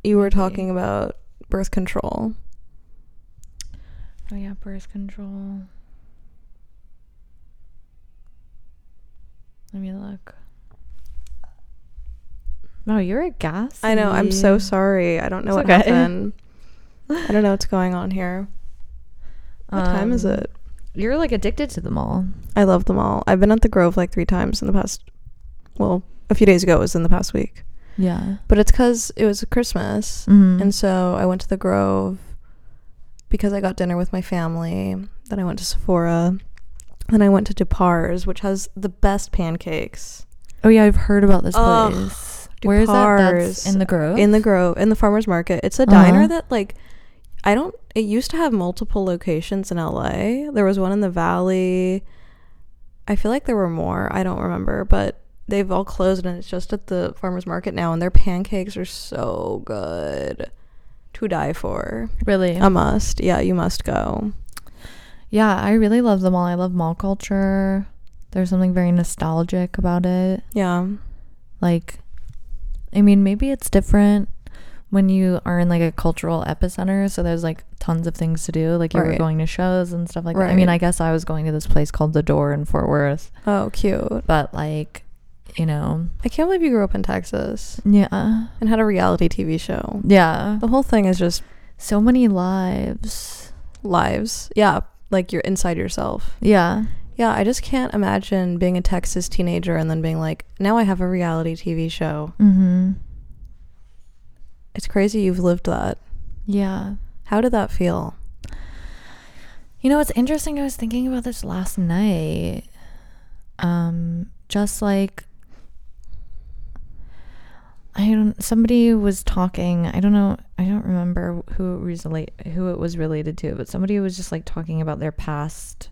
B: you were
C: Maybe.
B: talking about birth control.
C: Oh yeah, birth control. Let me look. Wow, you're a gas.
B: I know. I'm so sorry. I don't know
C: It's
B: what
C: okay.
B: happened. I don't know what's going on here. What time
C: Um,
B: is it?
C: You're like addicted to the mall.
B: I love the mall. I've been at the Grove like three times in the past. Well, a few days ago it was in the past week,
C: Yeah.
B: but it's because it was Christmas,
C: Mm-hmm.
B: and so I went to the Grove because I got dinner with my family. Then I went to Sephora. Then I went to Depar's, which has the best pancakes
C: oh yeah, I've heard about this
B: Ugh,
C: place. Where is that? That's
B: Depar's
C: in the Grove.
B: in the Grove in the farmers market. It's a
C: Uh-huh.
B: diner that like I don't. It used to have multiple locations in LA. There was one in the Valley. I feel like there were more. I don't remember, but they've all closed and it's just at the farmers market now. And their pancakes are so good, to die for.
C: really.
B: A must. Yeah, you must go.
C: yeah, I really love the mall. I love mall culture. There's something very nostalgic about it.
B: Yeah,
C: like i mean maybe it's different when you are in like a cultural epicenter so there's like tons of things to do like you were
B: Right.
C: going to shows and stuff like that i mean
B: Right.
C: i guess i was going to this place called the door in fort worth
B: Oh, cute.
C: but like you know
B: I can't believe you grew up in Texas
C: yeah
B: and had a reality TV show.
C: yeah
B: The whole thing is just
C: so many lives
B: lives. Yeah, like you're inside yourself.
C: yeah
B: Yeah, I just can't imagine being a Texas teenager and then being like, now I have a reality TV show.
C: mm-hmm
B: It's crazy you've lived that.
C: yeah
B: How did that feel?
C: You know, it's interesting. I was thinking about this last night. Um, just like I don't. Somebody was talking. I don't know. I don't remember who it was relate, who it was related to, but somebody was just like talking about their past,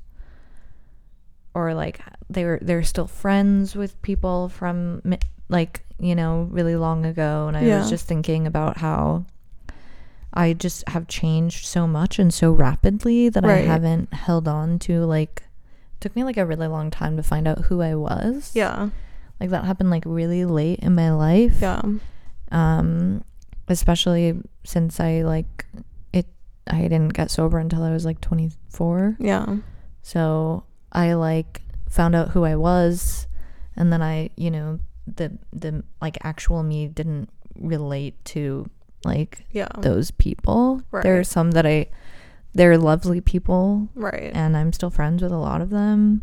C: or like they were they're still friends with people from mi- like you know really long ago, and I
B: Yeah.
C: was just thinking about how I just have changed so much and so rapidly that I
B: Right.
C: haven't held on to like took me like a really long time to find out who I was.
B: Yeah.
C: Like that happened like really late in my life.
B: Yeah.
C: Um especially since I like it I didn't get sober until I was like 24.
B: Yeah.
C: So I like found out who I was and then I, you know, the the like actual me didn't relate to like
B: Yeah.
C: those people. There are
B: Right.
C: some that I, they're lovely people,
B: right.
C: and I'm still friends with a lot of them.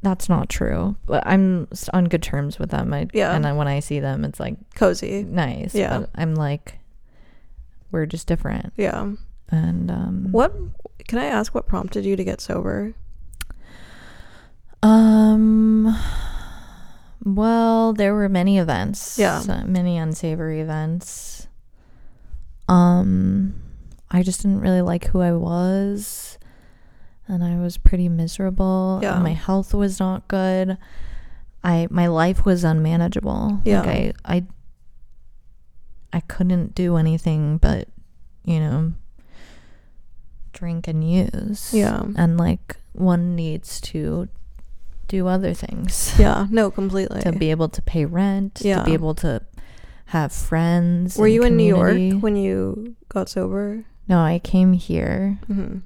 C: That's not true, but I'm s- on good terms with them. I,
B: Yeah.
C: and I, when I see them, it's like
B: Cozy.
C: nice.
B: Yeah.
C: but I'm like, we're just different.
B: Yeah.
C: And um,
B: What can I ask what prompted you to get sober?
C: Um. Well, there were many events.
B: Yeah.
C: uh, many unsavory events. Um, I just didn't really like who I was, and I was pretty miserable. and
B: Yeah.
C: my health was not good. I my life was unmanageable.
B: Yeah.
C: Like I I I couldn't do anything but, you know, drink and use
B: Yeah.
C: and like one needs to do other things
B: Yeah. No, completely.
C: to be able to pay rent to
B: Yeah.
C: be able to have friends
B: Were
C: and
B: you in New
C: community.
B: York when you got sober?
C: no i came here
B: hmm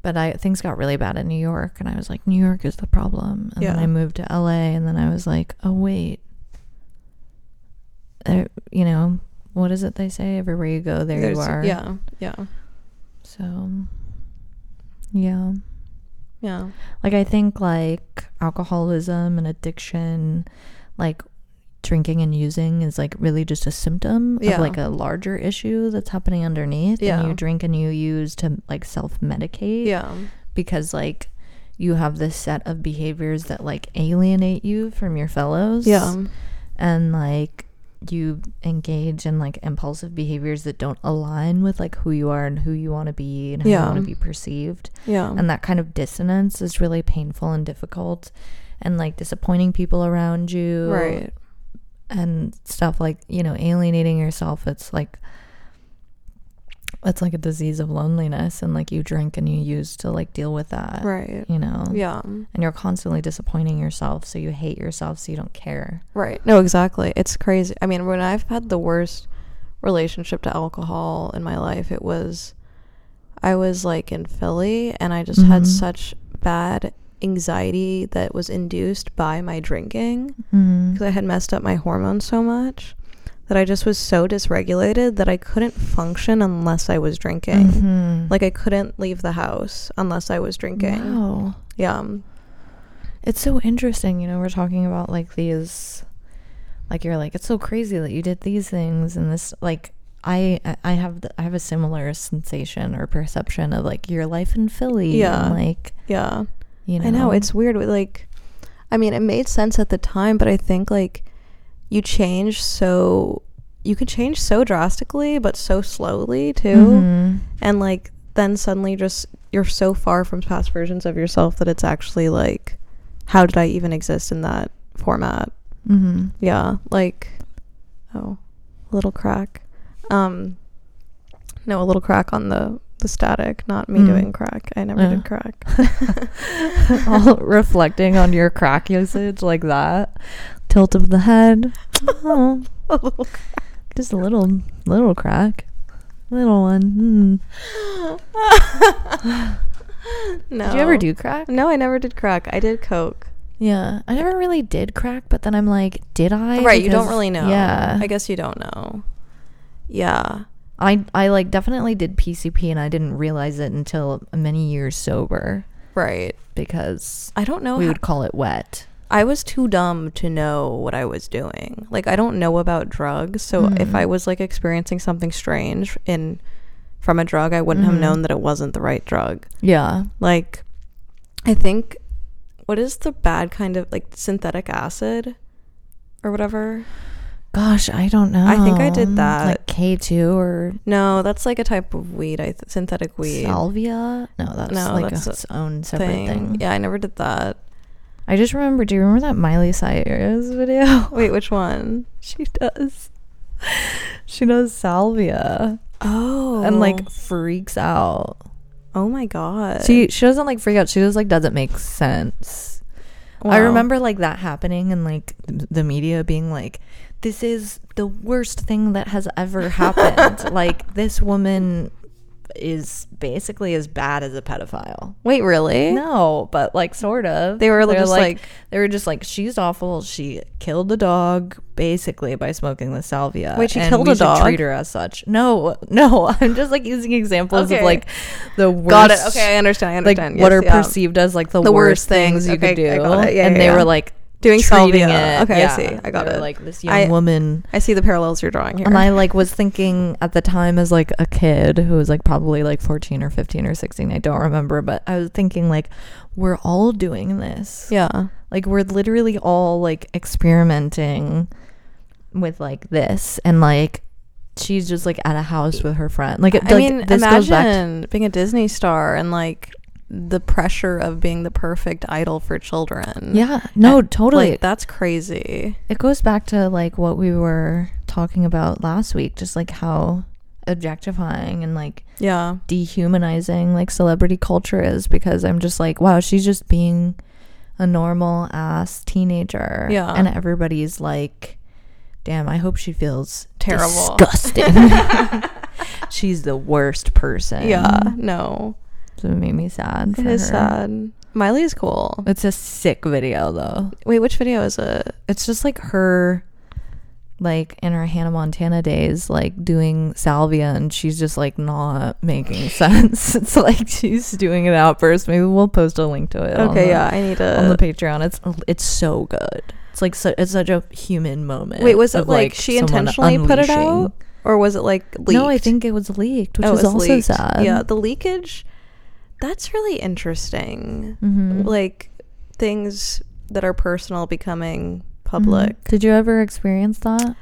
C: but i things got really bad in new york and i was like new york is the problem and then
B: Yeah.
C: i moved to la and then i was like oh wait there, you know what is it they say everywhere you go there you are
B: Yeah. Yeah.
C: so yeah
B: Yeah.
C: Like I think like alcoholism and addiction, like drinking and using is like really just a symptom
B: Yeah.
C: of like a larger issue that's happening underneath.
B: Yeah.
C: And you drink and you use to like self medicate.
B: Yeah.
C: Because like you have this set of behaviors that like alienate you from your fellows.
B: Yeah.
C: And like you engage in like impulsive behaviors that don't align with like who you are and who you want to be and how
B: Yeah.
C: you want to be perceived
B: Yeah.
C: and that kind of dissonance is really painful and difficult and like disappointing people around you
B: Right.
C: and stuff like you know alienating yourself it's like it's like a disease of loneliness and like you drink and you use to like deal with that
B: Right.
C: you know
B: Yeah.
C: and you're constantly disappointing yourself so you hate yourself so you don't care
B: Right. No, exactly. It's crazy. I mean, when I've had the worst relationship to alcohol in my life, it was I was like in Philly and I just had
C: Mhm.
B: such bad anxiety that was induced by my drinking
C: mm-hmm.
B: because I had messed up my hormones so much that I just was so dysregulated that I couldn't function unless I was drinking.
C: Mm-hmm.
B: Like I couldn't leave the house unless I was drinking.
C: wow.
B: Yeah. um,
C: It's so interesting, you know, we're talking about like these like you're like it's so crazy that you did these things and this like I I have the, I have a similar sensation or perception of like your life in Philly
B: Yeah.
C: and like
B: Yeah.
C: you know
B: I know it's weird. with, Like, I mean, it made sense at the time, but I think like you change so you can change so drastically, but so slowly too,
C: Mhm.
B: and like then suddenly just you're so far from past versions of yourself that it's actually like, how did I even exist in that format?
C: Mhm.
B: Yeah, like oh, a little crack. Um, no, a little crack on the the static, not me
C: Mm.
B: doing crack. I never
C: Yeah.
B: did crack.
C: Mm-hmm. All reflecting on your crack usage like that. Tilt of the head. Oh,
B: A little
C: just a little little crack. Little one. Mm.
B: no.
C: Did you ever do crack?
B: No, I never did crack. I did coke.
C: Yeah, I never really did crack, but then I'm like, did I?
B: right, you don't
C: Because-
B: really know.
C: Yeah,
B: I guess you don't know. Yeah.
C: I I like definitely did PCP, and I didn't realize it until many years sober
B: Right.
C: because
B: I don't know.
C: we
B: how-
C: would call it wet.
B: I was too dumb to know what I was doing. Like I don't know about drugs, so if
C: Mhm.
B: I was like experiencing something strange in from a drug, I wouldn't
C: Mhm.
B: have known that it wasn't the right drug.
C: Yeah,
B: Like I think what is the bad kind of like synthetic acid or whatever?
C: gosh, I don't know.
B: I think I did that.
C: like K two or
B: No, that's like a type of weed. I th- synthetic weed
C: salvia. No, that's
B: No,
C: like
B: that's a
C: its own separate
B: thing.
C: thing.
B: Yeah, I never did that.
C: I just remember. Do you remember that Miley Cyrus video?
B: Wait, which one?
C: she does. She does salvia
B: Oh,
C: and like freaks out.
B: oh my god.
C: She she doesn't like freak out. She just like doesn't make sense. I
B: Wow.
C: remember like that happening and like th- the media being like, "This is the worst thing that has ever happened." like this woman is basically as bad as a pedophile.
B: Wait, really?
C: No, but like sort of.
B: Eh. They were
C: They're
B: just like-
C: they were just like she's awful. She killed a dog basically by smoking the salvia.
B: Wait, she
C: and
B: killed
C: we
B: a
C: should
B: dog?
C: Treat her as such. No, no. I'm just like using examples
B: Okay.
C: of like the worst
B: Got it. Okay, I understand. I understand.
C: like what
B: Yes,
C: are
B: yeah.
C: perceived as like the,
B: The worst
C: worst
B: things.
C: things you could do.
B: Okay, I got it. Yeah,
C: and
B: yeah,
C: they
B: yeah.
C: were like
B: Doing
C: treating
B: salvia.
C: It.
B: Okay, I
C: Yeah.
B: see. I got
C: They were
B: it.
C: Like this young
B: I-
C: woman.
B: I see the parallels you're drawing here.
C: And I like was thinking at the time as like a kid who was like probably like 14 or 15 or 16, I don't remember, but I was thinking like we're all doing this.
B: yeah.
C: Like we're literally all like experimenting with like this and like she's just like at a house with her friend. Like it,
B: I
C: like,
B: mean,
C: this goes back to-
B: imagine being a Disney star and like the pressure of being the perfect idol for children.
C: yeah, no, totally.
B: Like that's crazy.
C: it goes back to like what we were talking about last week just like how objectifying and like
B: Yeah.
C: dehumanizing like celebrity culture is because i'm just like wow she's just being a normal ass teenager
B: Yeah.
C: and everybody's like damn i hope she feels
B: Terrible.
C: disgusting she's the worst person
B: Yeah. No.
C: so it made me sad
B: It
C: for
B: is
C: her.
B: sad. Miley's cool.
C: it's a sick video though
B: Wait, which video is it?
C: it's just like her like in her Hannah Montana days, like doing salvia, and she's just like not making sense. It's like she's doing an outburst. Maybe we'll post a link to it. on
B: Okay,
C: the-
B: yeah, Uh, I need to.
C: on the Patreon. It's it's so good. It's like so, it's such a human moment.
B: Wait, was it
C: of,
B: like, she
C: someone
B: intentionally put it out,
C: unleashing.
B: or was it like leaked?
C: No, I think it was leaked, which
B: Oh, it
C: is
B: was
C: also
B: leaked.
C: sad. Mm-hmm.
B: Yeah, the leakage. That's really interesting.
C: Mhm.
B: Like things that are personal becoming
C: Mhm.
B: public.
C: Did you ever experience that?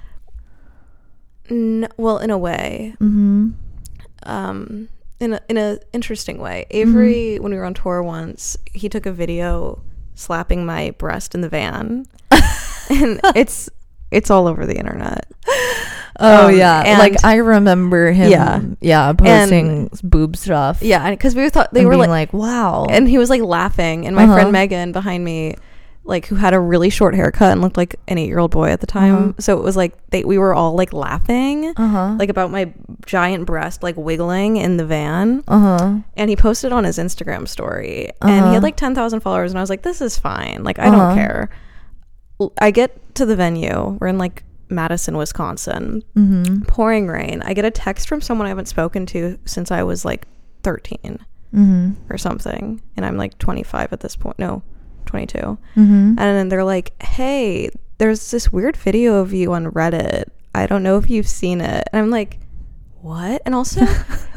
B: N- well, in a way,
C: Mm-hmm.
B: um, in a in a interesting way. Avery, when we were on tour once, he took a video slapping my breast in the van, and it's It's all over the internet.
C: Oh
B: Um,
C: yeah,
B: and-
C: like I remember him.
B: Yeah.
C: Yeah, posting boob stuff.
B: Yeah, because we thought they
C: they and
B: were
C: being
B: like,
C: like, "Wow."
B: and he was like laughing, and my
C: Uh-huh.
B: friend Megan behind me, like who had a really short haircut and looked like an eight-year-old boy at the time.
C: Uh-huh.
B: So it was like they we were all like laughing,
C: uh huh.
B: like about my giant breast like wiggling in the van.
C: uh huh.
B: and he posted on his Instagram story and he
C: Uh-huh.
B: had like 10,000 followers and I was like this is fine like I don't
C: Uh-huh.
B: care. L- I get to the venue. We're in like Madison, Wisconsin.
C: Mm-hmm.
B: Pouring rain. I get a text from someone I haven't spoken to since I was like 13
C: Mm-hmm.
B: or something and I'm like 25 at this point. No, 22.
C: Mm-hmm.
B: And then they're like, "Hey, there's this weird video of you on Reddit. I don't know if you've seen it." And I'm like, "What?" And also,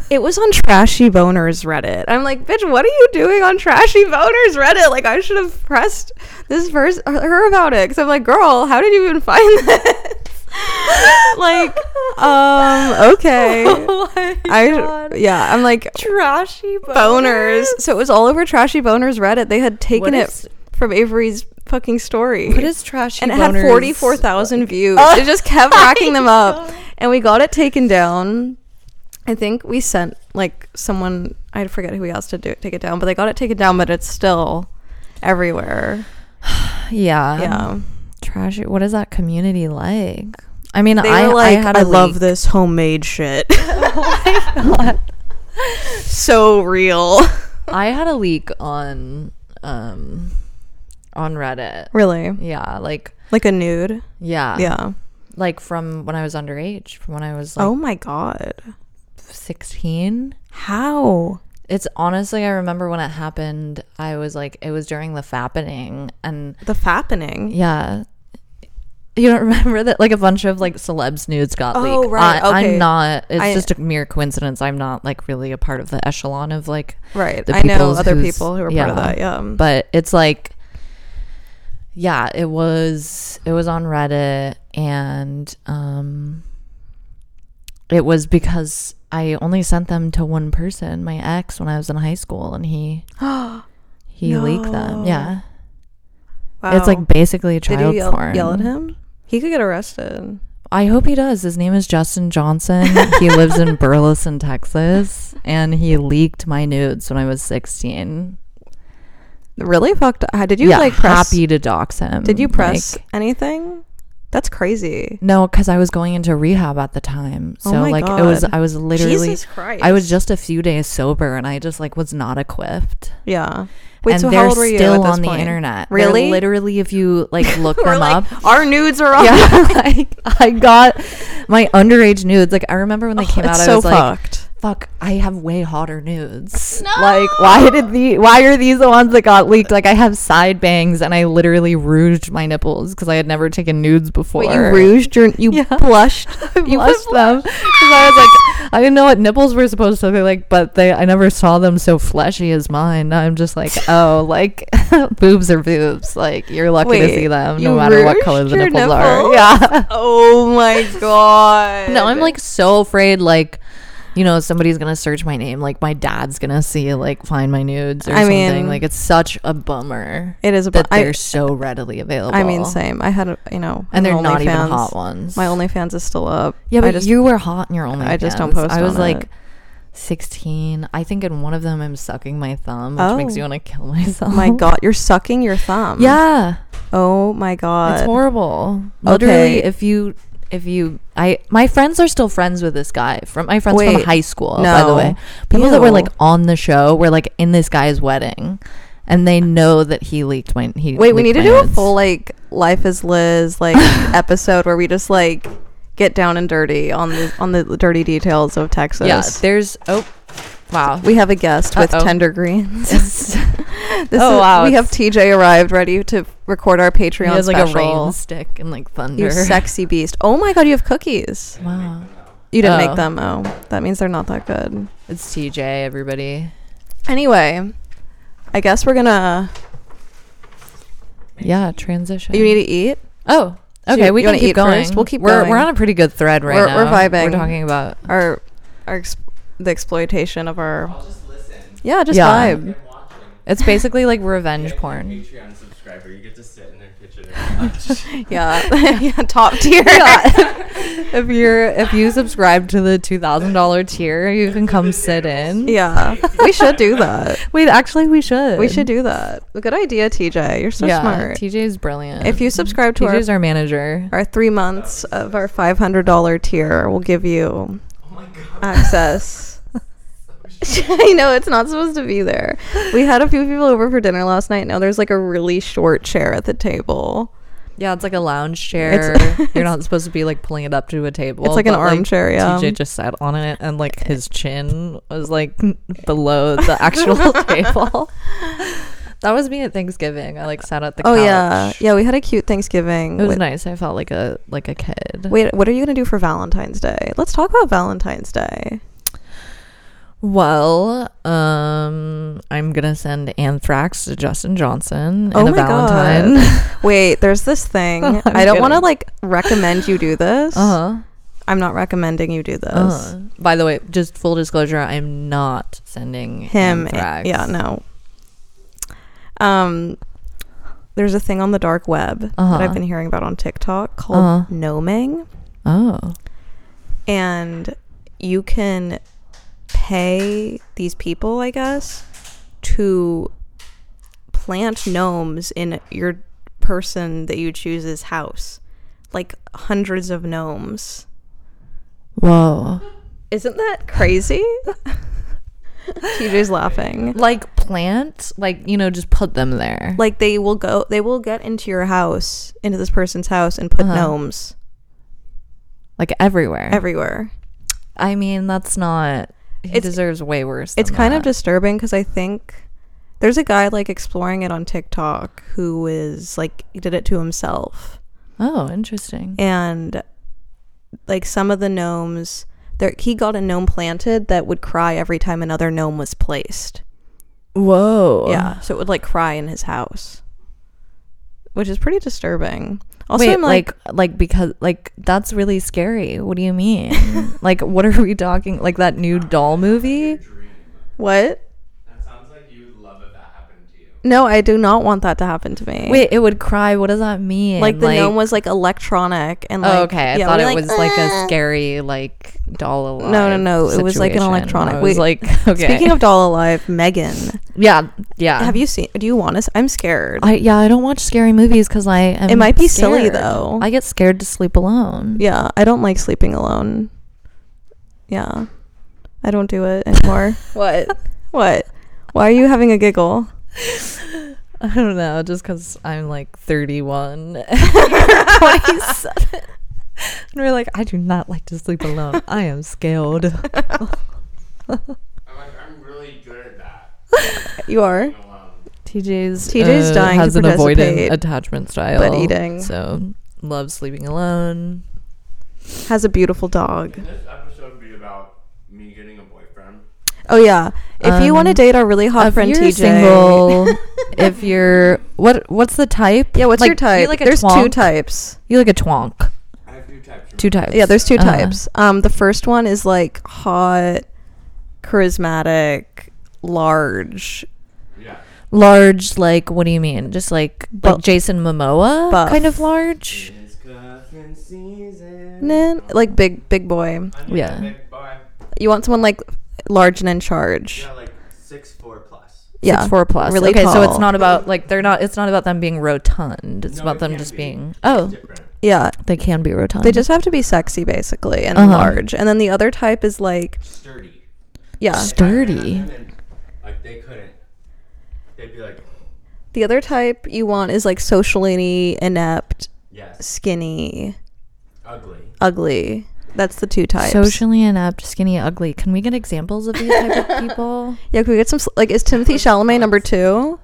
B: it was on Trashy Boners Reddit. I'm like, "Bitch, what are you doing on Trashy Boners Reddit? Like, I should have pressed this verse her about it." Because I'm like, "Girl, how did you even find this?" like, um, okay.
C: Oh my
B: I
C: God.
B: yeah, I'm like
C: Trashy
B: boners. So it was all over Trashy Boners Reddit. They had taken
C: What
B: it
C: is-
B: from Avery's fucking story.
C: What is trashy?
B: and it had
C: boners?
B: 44,000 views. it just kept racking them up. And we got it taken down. I think we sent like someone, I forget who we asked to do it, take it down, but they got it taken down, but it's still everywhere.
C: Yeah.
B: yeah.
C: Trashy. What is that community like? I mean,
B: They
C: I
B: were like, Oh
C: I
B: I,
C: had a
B: love
C: leak.
B: this homemade shit. so real.
C: I had a leak on um on Reddit.
B: Really?
C: Yeah, like
B: Like a nude?
C: yeah,
B: yeah.
C: Uh, like from when I was underage, from when I was like
B: Oh my god.
C: sixteen.
B: How?
C: It's honestly, I remember when it happened. I was like, it was during the fappening, and
B: The fappening.
C: yeah, you don't remember that? Like a bunch of like celebs nudes got
B: Oh,
C: leaked.
B: right,
C: I,
B: okay.
C: I'm not. It's
B: I-
C: just a mere coincidence. I'm not like really a part of the echelon of like
B: Right.
C: the
B: I know
C: people's
B: other
C: who's-
B: people who are part of
C: yeah.
B: that. Yeah.
C: but it's like yeah it was it was on reddit and um it was because i only sent them to one person my ex when i was in high school and he he leaked them yeah
B: Wow.
C: it's like basically
B: Did
C: child
B: you yell,
C: porn
B: yell at him? He could get arrested.
C: i hope he does his name is justin johnson he lives in burleson texas and he leaked my nudes when i was 16
B: Really fucked up. Did you
C: yeah,
B: like press?
C: happy to dox him
B: Did you press
C: like-
B: anything? That's crazy.
C: No, because I was going into rehab at the time.
B: Oh
C: So
B: my
C: like it was
B: God.
C: I was literally
B: Jesus Christ.
C: I was just a few days sober and I just like was not equipped.
B: Yeah. Wait,
C: and
B: so
C: they're
B: how old were you?
C: still
B: at this
C: on the
B: point?
C: internet. They're
B: Really?
C: literally if you like look
B: We're
C: them
B: like,
C: up.
B: Our nudes are on.
C: Yeah, like I got my underage nudes. Like I remember when they came out,
B: Oh, it's
C: I
B: so
C: was like,
B: fucked.
C: "Fuck, I have way hotter nudes." Like, why did the why are these the ones that got leaked? Like, I have side bangs, and I literally rouged my nipples because I had never taken nudes before.
B: Wait, you rouged your, you
C: Yeah.
B: blushed.
C: you
B: you
C: blushed them because I was like, I didn't know what nipples were supposed to be like, but they I never saw them so fleshy as mine. Now I'm just like, oh, like boobs are boobs. Like you're lucky to
B: Wait,
C: see them,
B: you
C: no matter what
B: rouged
C: color the
B: your
C: nipples are.
B: nipples?
C: Yeah.
B: Oh my god.
C: no, I'm like so afraid, like. You know, somebody's gonna search my name. Like my dad's gonna see, like find my nudes or
B: I
C: something.
B: mean-
C: like it's such a bummer
B: It is a
C: that
B: bu- I-
C: they're so readily available.
B: I mean, same. I had, a, you know,
C: and they're
B: an
C: not even
B: OnlyFans.
C: hot ones.
B: My OnlyFans is still up. I
C: Yeah, but
B: just,
C: you were hot in your OnlyFans.
B: I just don't post
C: I was
B: on
C: like
B: it.
C: 16. I think in one of them I'm sucking my thumb, which makes
B: Oh.
C: you want to kill myself.
B: my god, you're sucking your thumb.
C: Yeah,
B: Oh my god.
C: it's horrible. Literally,
B: Okay.
C: if you if you I my friends are still friends with this guy from my friends from
B: Wait,
C: high school. By the
B: no.
C: way, people that were like
B: Ew.
C: on the show were like in this guy's wedding, and they know that he leaked my. He
B: Wait, we need
C: leaked
B: to
C: my
B: do a
C: nudes.
B: full like Life is Liz like episode where we just like get down and dirty on the on the dirty details of Texas.
C: Yeah, there's oh wow.
B: we have a guest with
C: Uh-oh.
B: tender greens.
C: It's-
B: This
C: Oh,
B: is-
C: wow,
B: We have
C: it's-
B: TJ arrived ready to record our Patreon
C: he has like a
B: special.
C: rain stick and like thunder.
B: you sexy beast. Oh my god, you have cookies.
C: Wow.
B: You didn't
C: Oh.
B: make them. Oh, that means they're not that good.
C: It's TJ, everybody.
B: Anyway, I guess we're gonna.
C: Yeah, transition.
B: You need to eat.
C: oh,
B: So
C: okay.
B: you-
C: we
B: you
C: can
B: wanna
C: keep
B: eat
C: going.
B: first? We'll keep
C: we're,
B: going.
C: We're on a pretty good thread right
B: We're-
C: now.
B: we're vibing.
C: We're talking about.
B: Our, our ex- the exploitation of our.
E: I'll just listen.
B: Yeah, just
C: Yeah.
B: vibe.
E: I'm watching.
C: It's basically like revenge
E: Yeah, if you're a
C: porn.
E: Patreon subscriber, you get to sit in their kitchen there.
B: yeah, yeah, top tier.
C: if you're if you subscribe to the two thousand dollar tier, you can come sit in.
B: yeah, we should do that.
C: Wait, actually, we should.
B: We should do that. Good idea, TJ. You're so
C: yeah,
B: smart.
C: TJ is brilliant.
B: if you subscribe to
C: TJ's
B: our,
C: our manager.
B: our three months of our five hundred dollar tier, we'll give you
E: oh my god.
B: access. I know it's not supposed to be there. We had a few people over for dinner last night. Now there's like a really short chair at the table.
C: Yeah, it's like a lounge chair. You're not supposed to be like pulling it up to a table.
B: It's like an
C: but,
B: armchair, yeah.
C: TJ just sat on it, and like his chin was like below the actual table. That was me at Thanksgiving. I like sat at the
B: Oh
C: couch.
B: yeah, yeah. We had a cute Thanksgiving.
C: It was
B: with-
C: nice. I felt like a like a kid.
B: Wait, what are you gonna do for Valentine's Day? Let's talk about Valentine's Day.
C: Well, um, I'm gonna send anthrax to Justin Johnson and
B: Oh
C: a
B: my God.
C: Valentine.
B: Wait, there's this thing.
C: I'm
B: I don't want to
C: kidding.
B: like recommend you do this.
C: Uh-huh.
B: I'm not recommending you do this.
C: Uh, by the way, just full disclosure, I'm not sending
B: Him,
C: Anthrax.
B: yeah, no. Um, there's a thing on the dark web that
C: Uh-huh.
B: I've been hearing about on TikTok called
C: Uh-huh.
B: gnoming,
C: Oh.
B: and you can pay these people, I guess, to plant gnomes in your person that you choose's house, like hundreds of gnomes.
C: Whoa.
B: Isn't that crazy? TJ's laughing.
C: Like plants, like you know, just put them there.
B: Like they will go, they will get into your house, into this person's house, and put
C: Uh-huh.
B: gnomes
C: Like everywhere.
B: everywhere.
C: I mean, that's not. He
B: It's-
C: deserves way worse.
B: It's
C: than
B: kind of
C: that.
B: disturbing because I think there's a guy like exploring it on TikTok who is like he did it to himself,
C: Oh, interesting.
B: and like some of the gnomes, there he got a gnome planted that would cry every time another gnome was placed.
C: Whoa.
B: Yeah, so it would like cry in his house, which is pretty disturbing. Also,
C: Wait,
B: I'm like,
C: like, like, because, like, that's really scary. What do you mean? like, what are we talking? Like that new doll movie?
E: Dream.
B: what?
E: That sounds like you would love if that happened to you.
B: No, I do not want that to happen to me.
C: Wait, it would cry. What does that mean?
B: Eh. like the gnome was like electronic and like
C: oh, okay. I
B: yeah,
C: thought
B: we're
C: it was like a
B: "Ah."
C: scary like doll alive.
B: no, no, it was like an
C: situation.
B: electronic-
C: I
B: wait,
C: was like okay.
B: Speaking of doll alive, Megan,
C: yeah, yeah.
B: have you seen? Do you want to? s- I'm scared.
C: I yeah, I don't watch scary movies because I am
B: It might be silly,
C: scared.
B: though.
C: I get scared to sleep alone.
B: yeah, I don't like sleeping alone. Yeah, I don't do it anymore. what? What? Why are you having a giggle?
C: I don't know, just because I'm like 31. You're 27. And we're like, I do not like to sleep alone. I am scared.
E: I'm like, I'm really good at that. um,
B: You are.
E: being alone.
C: TJ's
B: TJ's
C: uh,
B: dying to
C: has an
B: participate,
C: avoidant attachment style,
B: eating.
C: So loves sleeping alone.
B: Has a beautiful dog.
E: Can this episode be about me getting a boyfriend?
B: Oh yeah. If you want to
C: Um,
B: date our really hot
C: if
B: friend
C: you're
B: TJ,
C: single, if you're what what's the type?
B: yeah, what's
C: Like,
B: your type?
C: You like a
B: there's
C: twonk?
B: two types.
C: You like a twonk.
E: I have two types.
C: Two types.
B: Yeah, there's two
C: Uh-huh.
B: types. Um, the first one is like hot, charismatic, large,
E: Yeah.
C: Large, like what do you mean? Just like
B: Buff.
C: like Jason Momoa
B: Buff.
C: kind of large.
E: It's cuffing season.
B: nin- like big big boy.
E: I need
C: Yeah.
E: a big boy.
B: You want someone like large and in charge.
E: Yeah, like six four plus.
B: Yeah,
C: Six four plus.
B: Really
C: okay, so it's
B: tall.
C: not about like they're not. It's not about them being rotund. It's
E: No,
C: about
E: it
C: them
E: can't
C: just
E: be.
C: being
E: It's
C: oh,
E: different.
B: Yeah,
C: they can be rotund.
B: they just have to be sexy basically and
C: Uh-huh.
B: large. And then the other type is like
E: Sturdy.
B: yeah,
E: If I ran on
C: Sturdy?
E: them and, Like they couldn't. They'd be like,
B: the other type you want is like socially inept,
E: yes,
B: skinny,
E: ugly.
B: ugly. That's the two types.
C: socially inept, skinny, ugly. Can we get examples of these type of people?
B: Yeah, can we get some sl- like is Timothy Chalamet number 2?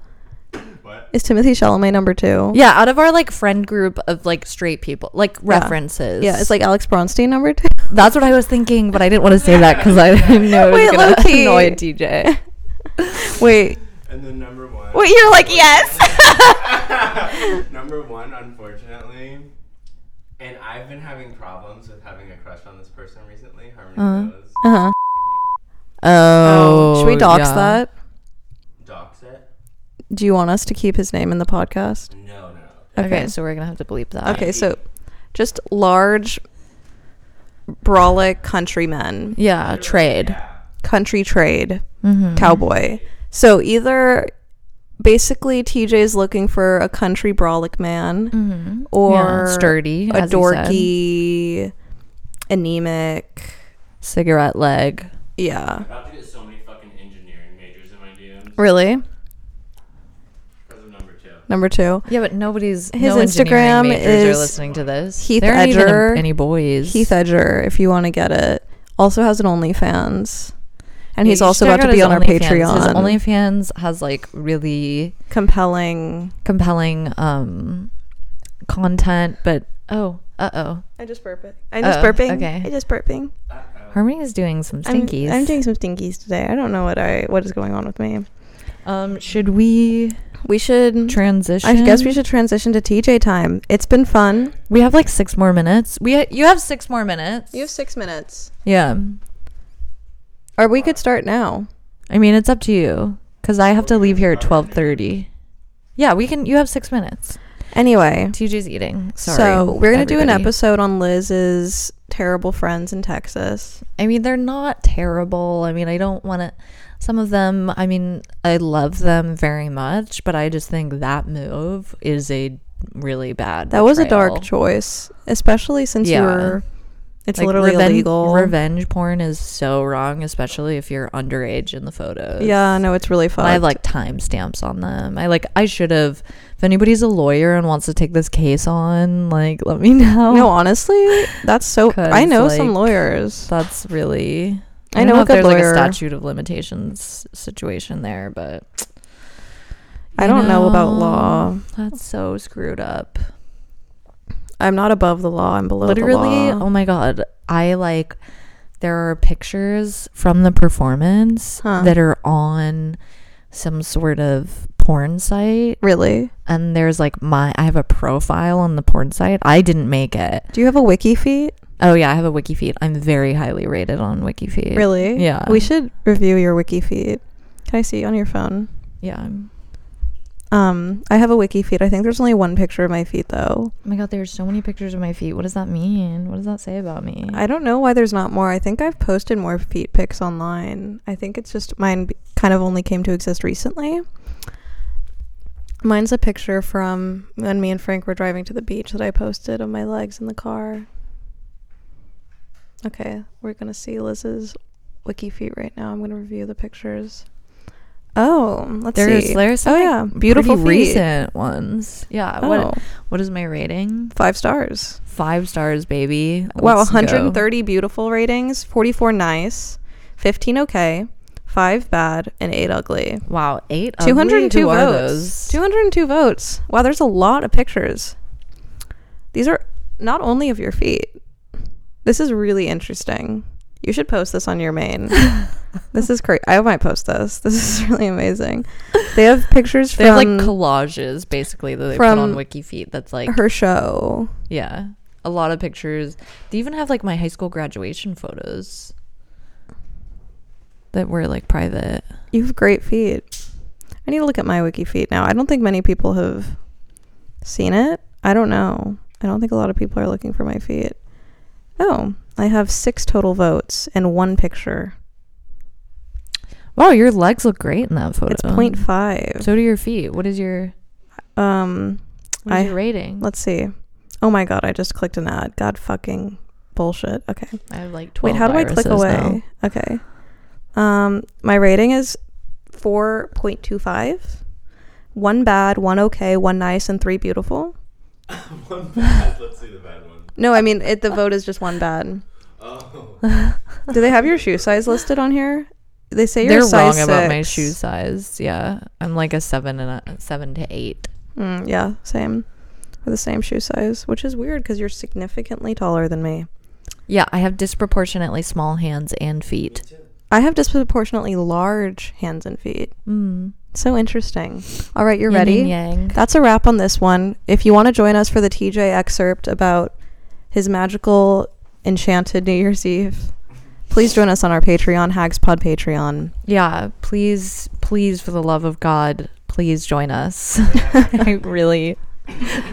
E: What?
B: Is Timothy Chalamet number 2?
C: Yeah, out of our like friend group of like straight people, like references.
B: Yeah, it's like Alex Bronstein number 2.
C: that's what I was thinking, but I didn't want to say that because I didn't know it was
B: Wait,
C: gonna
B: low-key.
C: annoy DJ.
B: Wait.
E: And then number one.
B: Wait, you're like, "Yes."
E: Number one, unfortunately, and I've been having problems with having a crush on this person recently. Harmony knows.
B: uh-huh.
C: Oh,
B: Should we dox
C: yeah.
B: that?
E: Dox it?
B: Do you want us to keep his name in the podcast?
E: No, no.
C: Okay,
B: Okay.
C: so we're gonna have to bleep that.
B: Okay, so just large, brolic countrymen,
C: Yeah, trade.
B: country trade,
C: Mhm.
B: cowboy. So either basically TJ's looking for a country brolic man
C: Mhm.
B: or
C: Yeah, sturdy,
B: a
C: as you said.
B: dorky, anemic.
C: cigarette leg.
B: Yeah.
E: About to get so many fucking engineering majors in my DMs
B: Really?
E: because of number two.
B: Number two.
C: Yeah, but nobody's
B: His
C: no engineering
B: Instagram
C: majors
B: is
C: are listening to this.
B: Heath
C: there aren't
B: Edger.
C: even any boys.
B: Heath Edger, if you want to get it, also has an OnlyFans. And
C: You
B: he's
C: should
B: also
C: check
B: about to
C: out
B: be
C: his
B: on our
C: OnlyFans.
B: Patreon.
C: His OnlyFans has like really
B: compelling.
C: compelling um content, but oh, uh oh,
B: I just burping. I'm
C: just Oh, burping. okay. I
B: just burping.
C: Harmony is doing some stinkies.
B: I'm, doing some stinkies today. I don't know what I what is going on with me.
C: Um, should we
B: We should.
C: transition?
B: I guess we should transition to TJ time. It's been fun.
C: We have like six more minutes. We ha- you have six more minutes.
B: six minutes.
C: yeah.
B: Or we could start now.
C: I mean, it's up to you because I have to leave here at twelve thirty. Yeah, we can. You have six minutes.
B: Anyway,
C: TJ's eating. Sorry.
B: so we're gonna do an
C: everybody.
B: episode on Liz's terrible friends in Texas.
C: I mean, they're not terrible. I mean, I don't want to. Some of them, I mean, I love them very much, but I just think that move is a really bad.
B: That was a
C: betrayal.
B: dark choice, especially since
C: Yeah.
B: you were. It's
C: Like,
B: literally
C: reven-
B: illegal.
C: Revenge porn is so wrong, especially if you're underage in the photos.
B: Yeah, no, it's really fun.
C: And I have like timestamps on them. I like. I should have. If anybody's a lawyer and wants to take this case on, like, let me know.
B: No, honestly, that's so.
C: Oh. 'Cause,
B: I know some
C: like,
B: lawyers.
C: that's really.
B: I know
C: don't
B: a
C: if
B: good
C: there's like a
B: lawyer.
C: statute of limitations situation there, but
B: I
C: you
B: don't know about law.
C: That's so screwed up.
B: I'm not above the law. I'm below
C: Literally,
B: the law.
C: oh my god. I like there are pictures from the performance
B: Huh.
C: that are on some sort of porn site
B: Really?
C: and there's like my I have a profile on the porn site. I didn't make it.
B: Do you have a wiki feed?
C: Oh yeah, I have a wiki feed. I'm very highly rated on wiki feed.
B: Really?
C: Yeah.
B: We should review your wiki feed. Can I see it on your phone?
C: Yeah. I'm-
B: Um, I have a wiki feed. I think there's only one picture of my feet though.
C: oh my god, there's so many pictures of my feet. What does that mean? What does that say about me?
B: I don't know why there's not more. I think I've posted more feet pics online. I think it's just mine b- kind of only came to exist recently. Mine's a picture from when me and Frank were driving to the beach that I posted of my legs in the car. Okay, we're gonna see Liz's wiki feet right now. I'm gonna review the pictures. Oh, let's
C: There's
B: see.
C: there's some
B: oh
C: like,
B: yeah,
C: beautiful
B: beautiful feet.
C: recent ones. Yeah.
B: Oh,
C: What what is my rating?
B: five stars.
C: Five stars, baby.
B: Wow,
C: Let's go.
B: 130 beautiful ratings, 44 nice, 15 okay, 5 bad, and 8 ugly.
C: Wow, eight. ugly?
B: 202
C: Who are
B: votes.
C: those?
B: 202 votes. Wow, there's a lot of pictures. These are not only of your feet. This is really interesting. You should post this on your main. this is great. I might post this. This is really amazing. They have pictures
C: They have like
B: from
C: collages basically that they put
B: from
C: on WikiFeet. That's like
B: her show.
C: yeah, a lot of pictures. They even have like my high school graduation photos that were like private.
B: You have great feet. I need to look at my wiki feed now. I don't think many people have seen it. I don't know. I don't think a lot of people are looking for my feet. Oh, I have six total votes and one picture.
C: Wow, your legs look great in that photo.
B: It's point five.
C: So do your feet. What is your
B: Um,
C: what is
B: I-
C: your rating?
B: let's see. Oh my god, I just clicked an ad. God fucking bullshit. Okay.
C: I have like twelve.
B: Wait, how do I click away?
C: irises now.
B: Okay. Um, my rating is 4.25. One bad, one okay, one nice, and three beautiful.
E: One bad. Let's see the bad one.
B: No, I mean it. The vote is just one bad.
E: Oh.
B: Do they have your shoe size listed on here? They say you're
C: They're
B: a size
C: wrong about my
B: six.
C: shoe size. Yeah, I'm like a seven and a seven to eight.
B: Mm, yeah, same. We're the same shoe size, which is weird because you're significantly taller than me.
C: Yeah, I have disproportionately small hands and feet.
B: I have disproportionately large hands and feet.
C: Mm.
B: So interesting. All right, you're
C: Yin
B: ready.
C: and yang.
B: That's a wrap on this one. If you want to join us for the TJ excerpt about his magical, enchanted New Year's Eve, please join us on our Patreon, Hagspod Patreon.
C: Yeah, please, please, for the love of God, please join us. I really,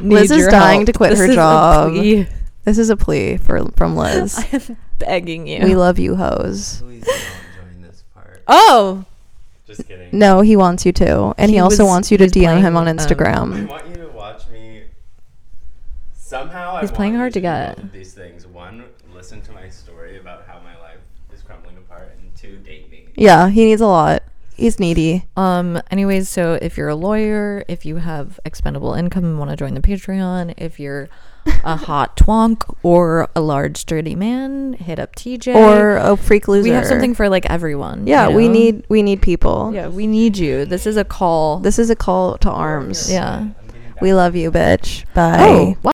B: Liz
C: Need
B: is
C: your
B: dying
C: help.
B: to quit
C: This
B: her
C: is a
B: job.
C: plea.
B: This is a plea for from Liz.
C: I am begging you.
B: We love you, hoes.
E: Please don't join this part.
C: oh,
E: Just kidding.
B: No, he wants you to, and he,
C: He
B: also
C: was-
B: wants you to
C: he's
B: DM
C: playing,
B: him on
C: um,
E: I
B: Instagram.
E: want you to watch me. Somehow
C: He's
E: I
C: playing
E: want
C: hard
E: you
C: to
E: do
C: get.
E: both of These things: one, listen to my story about how my life is crumbling apart, and two, date me.
B: Yeah, he needs a lot. He's needy.
C: Um, anyways, so if you're a lawyer, if you have expendable income and want to join the Patreon, if you're a hot twonk or a large dirty man, hit up TJ.
B: Or a freak loser.
C: we have something for like everyone.
B: Yeah,
C: you
B: we
C: know?
B: need we need people.
C: Yeah, we need you. This is a call.
B: This is a call to arms.
C: Yeah.
E: I'm getting back
B: We love you, bitch. Bye.
C: Oh,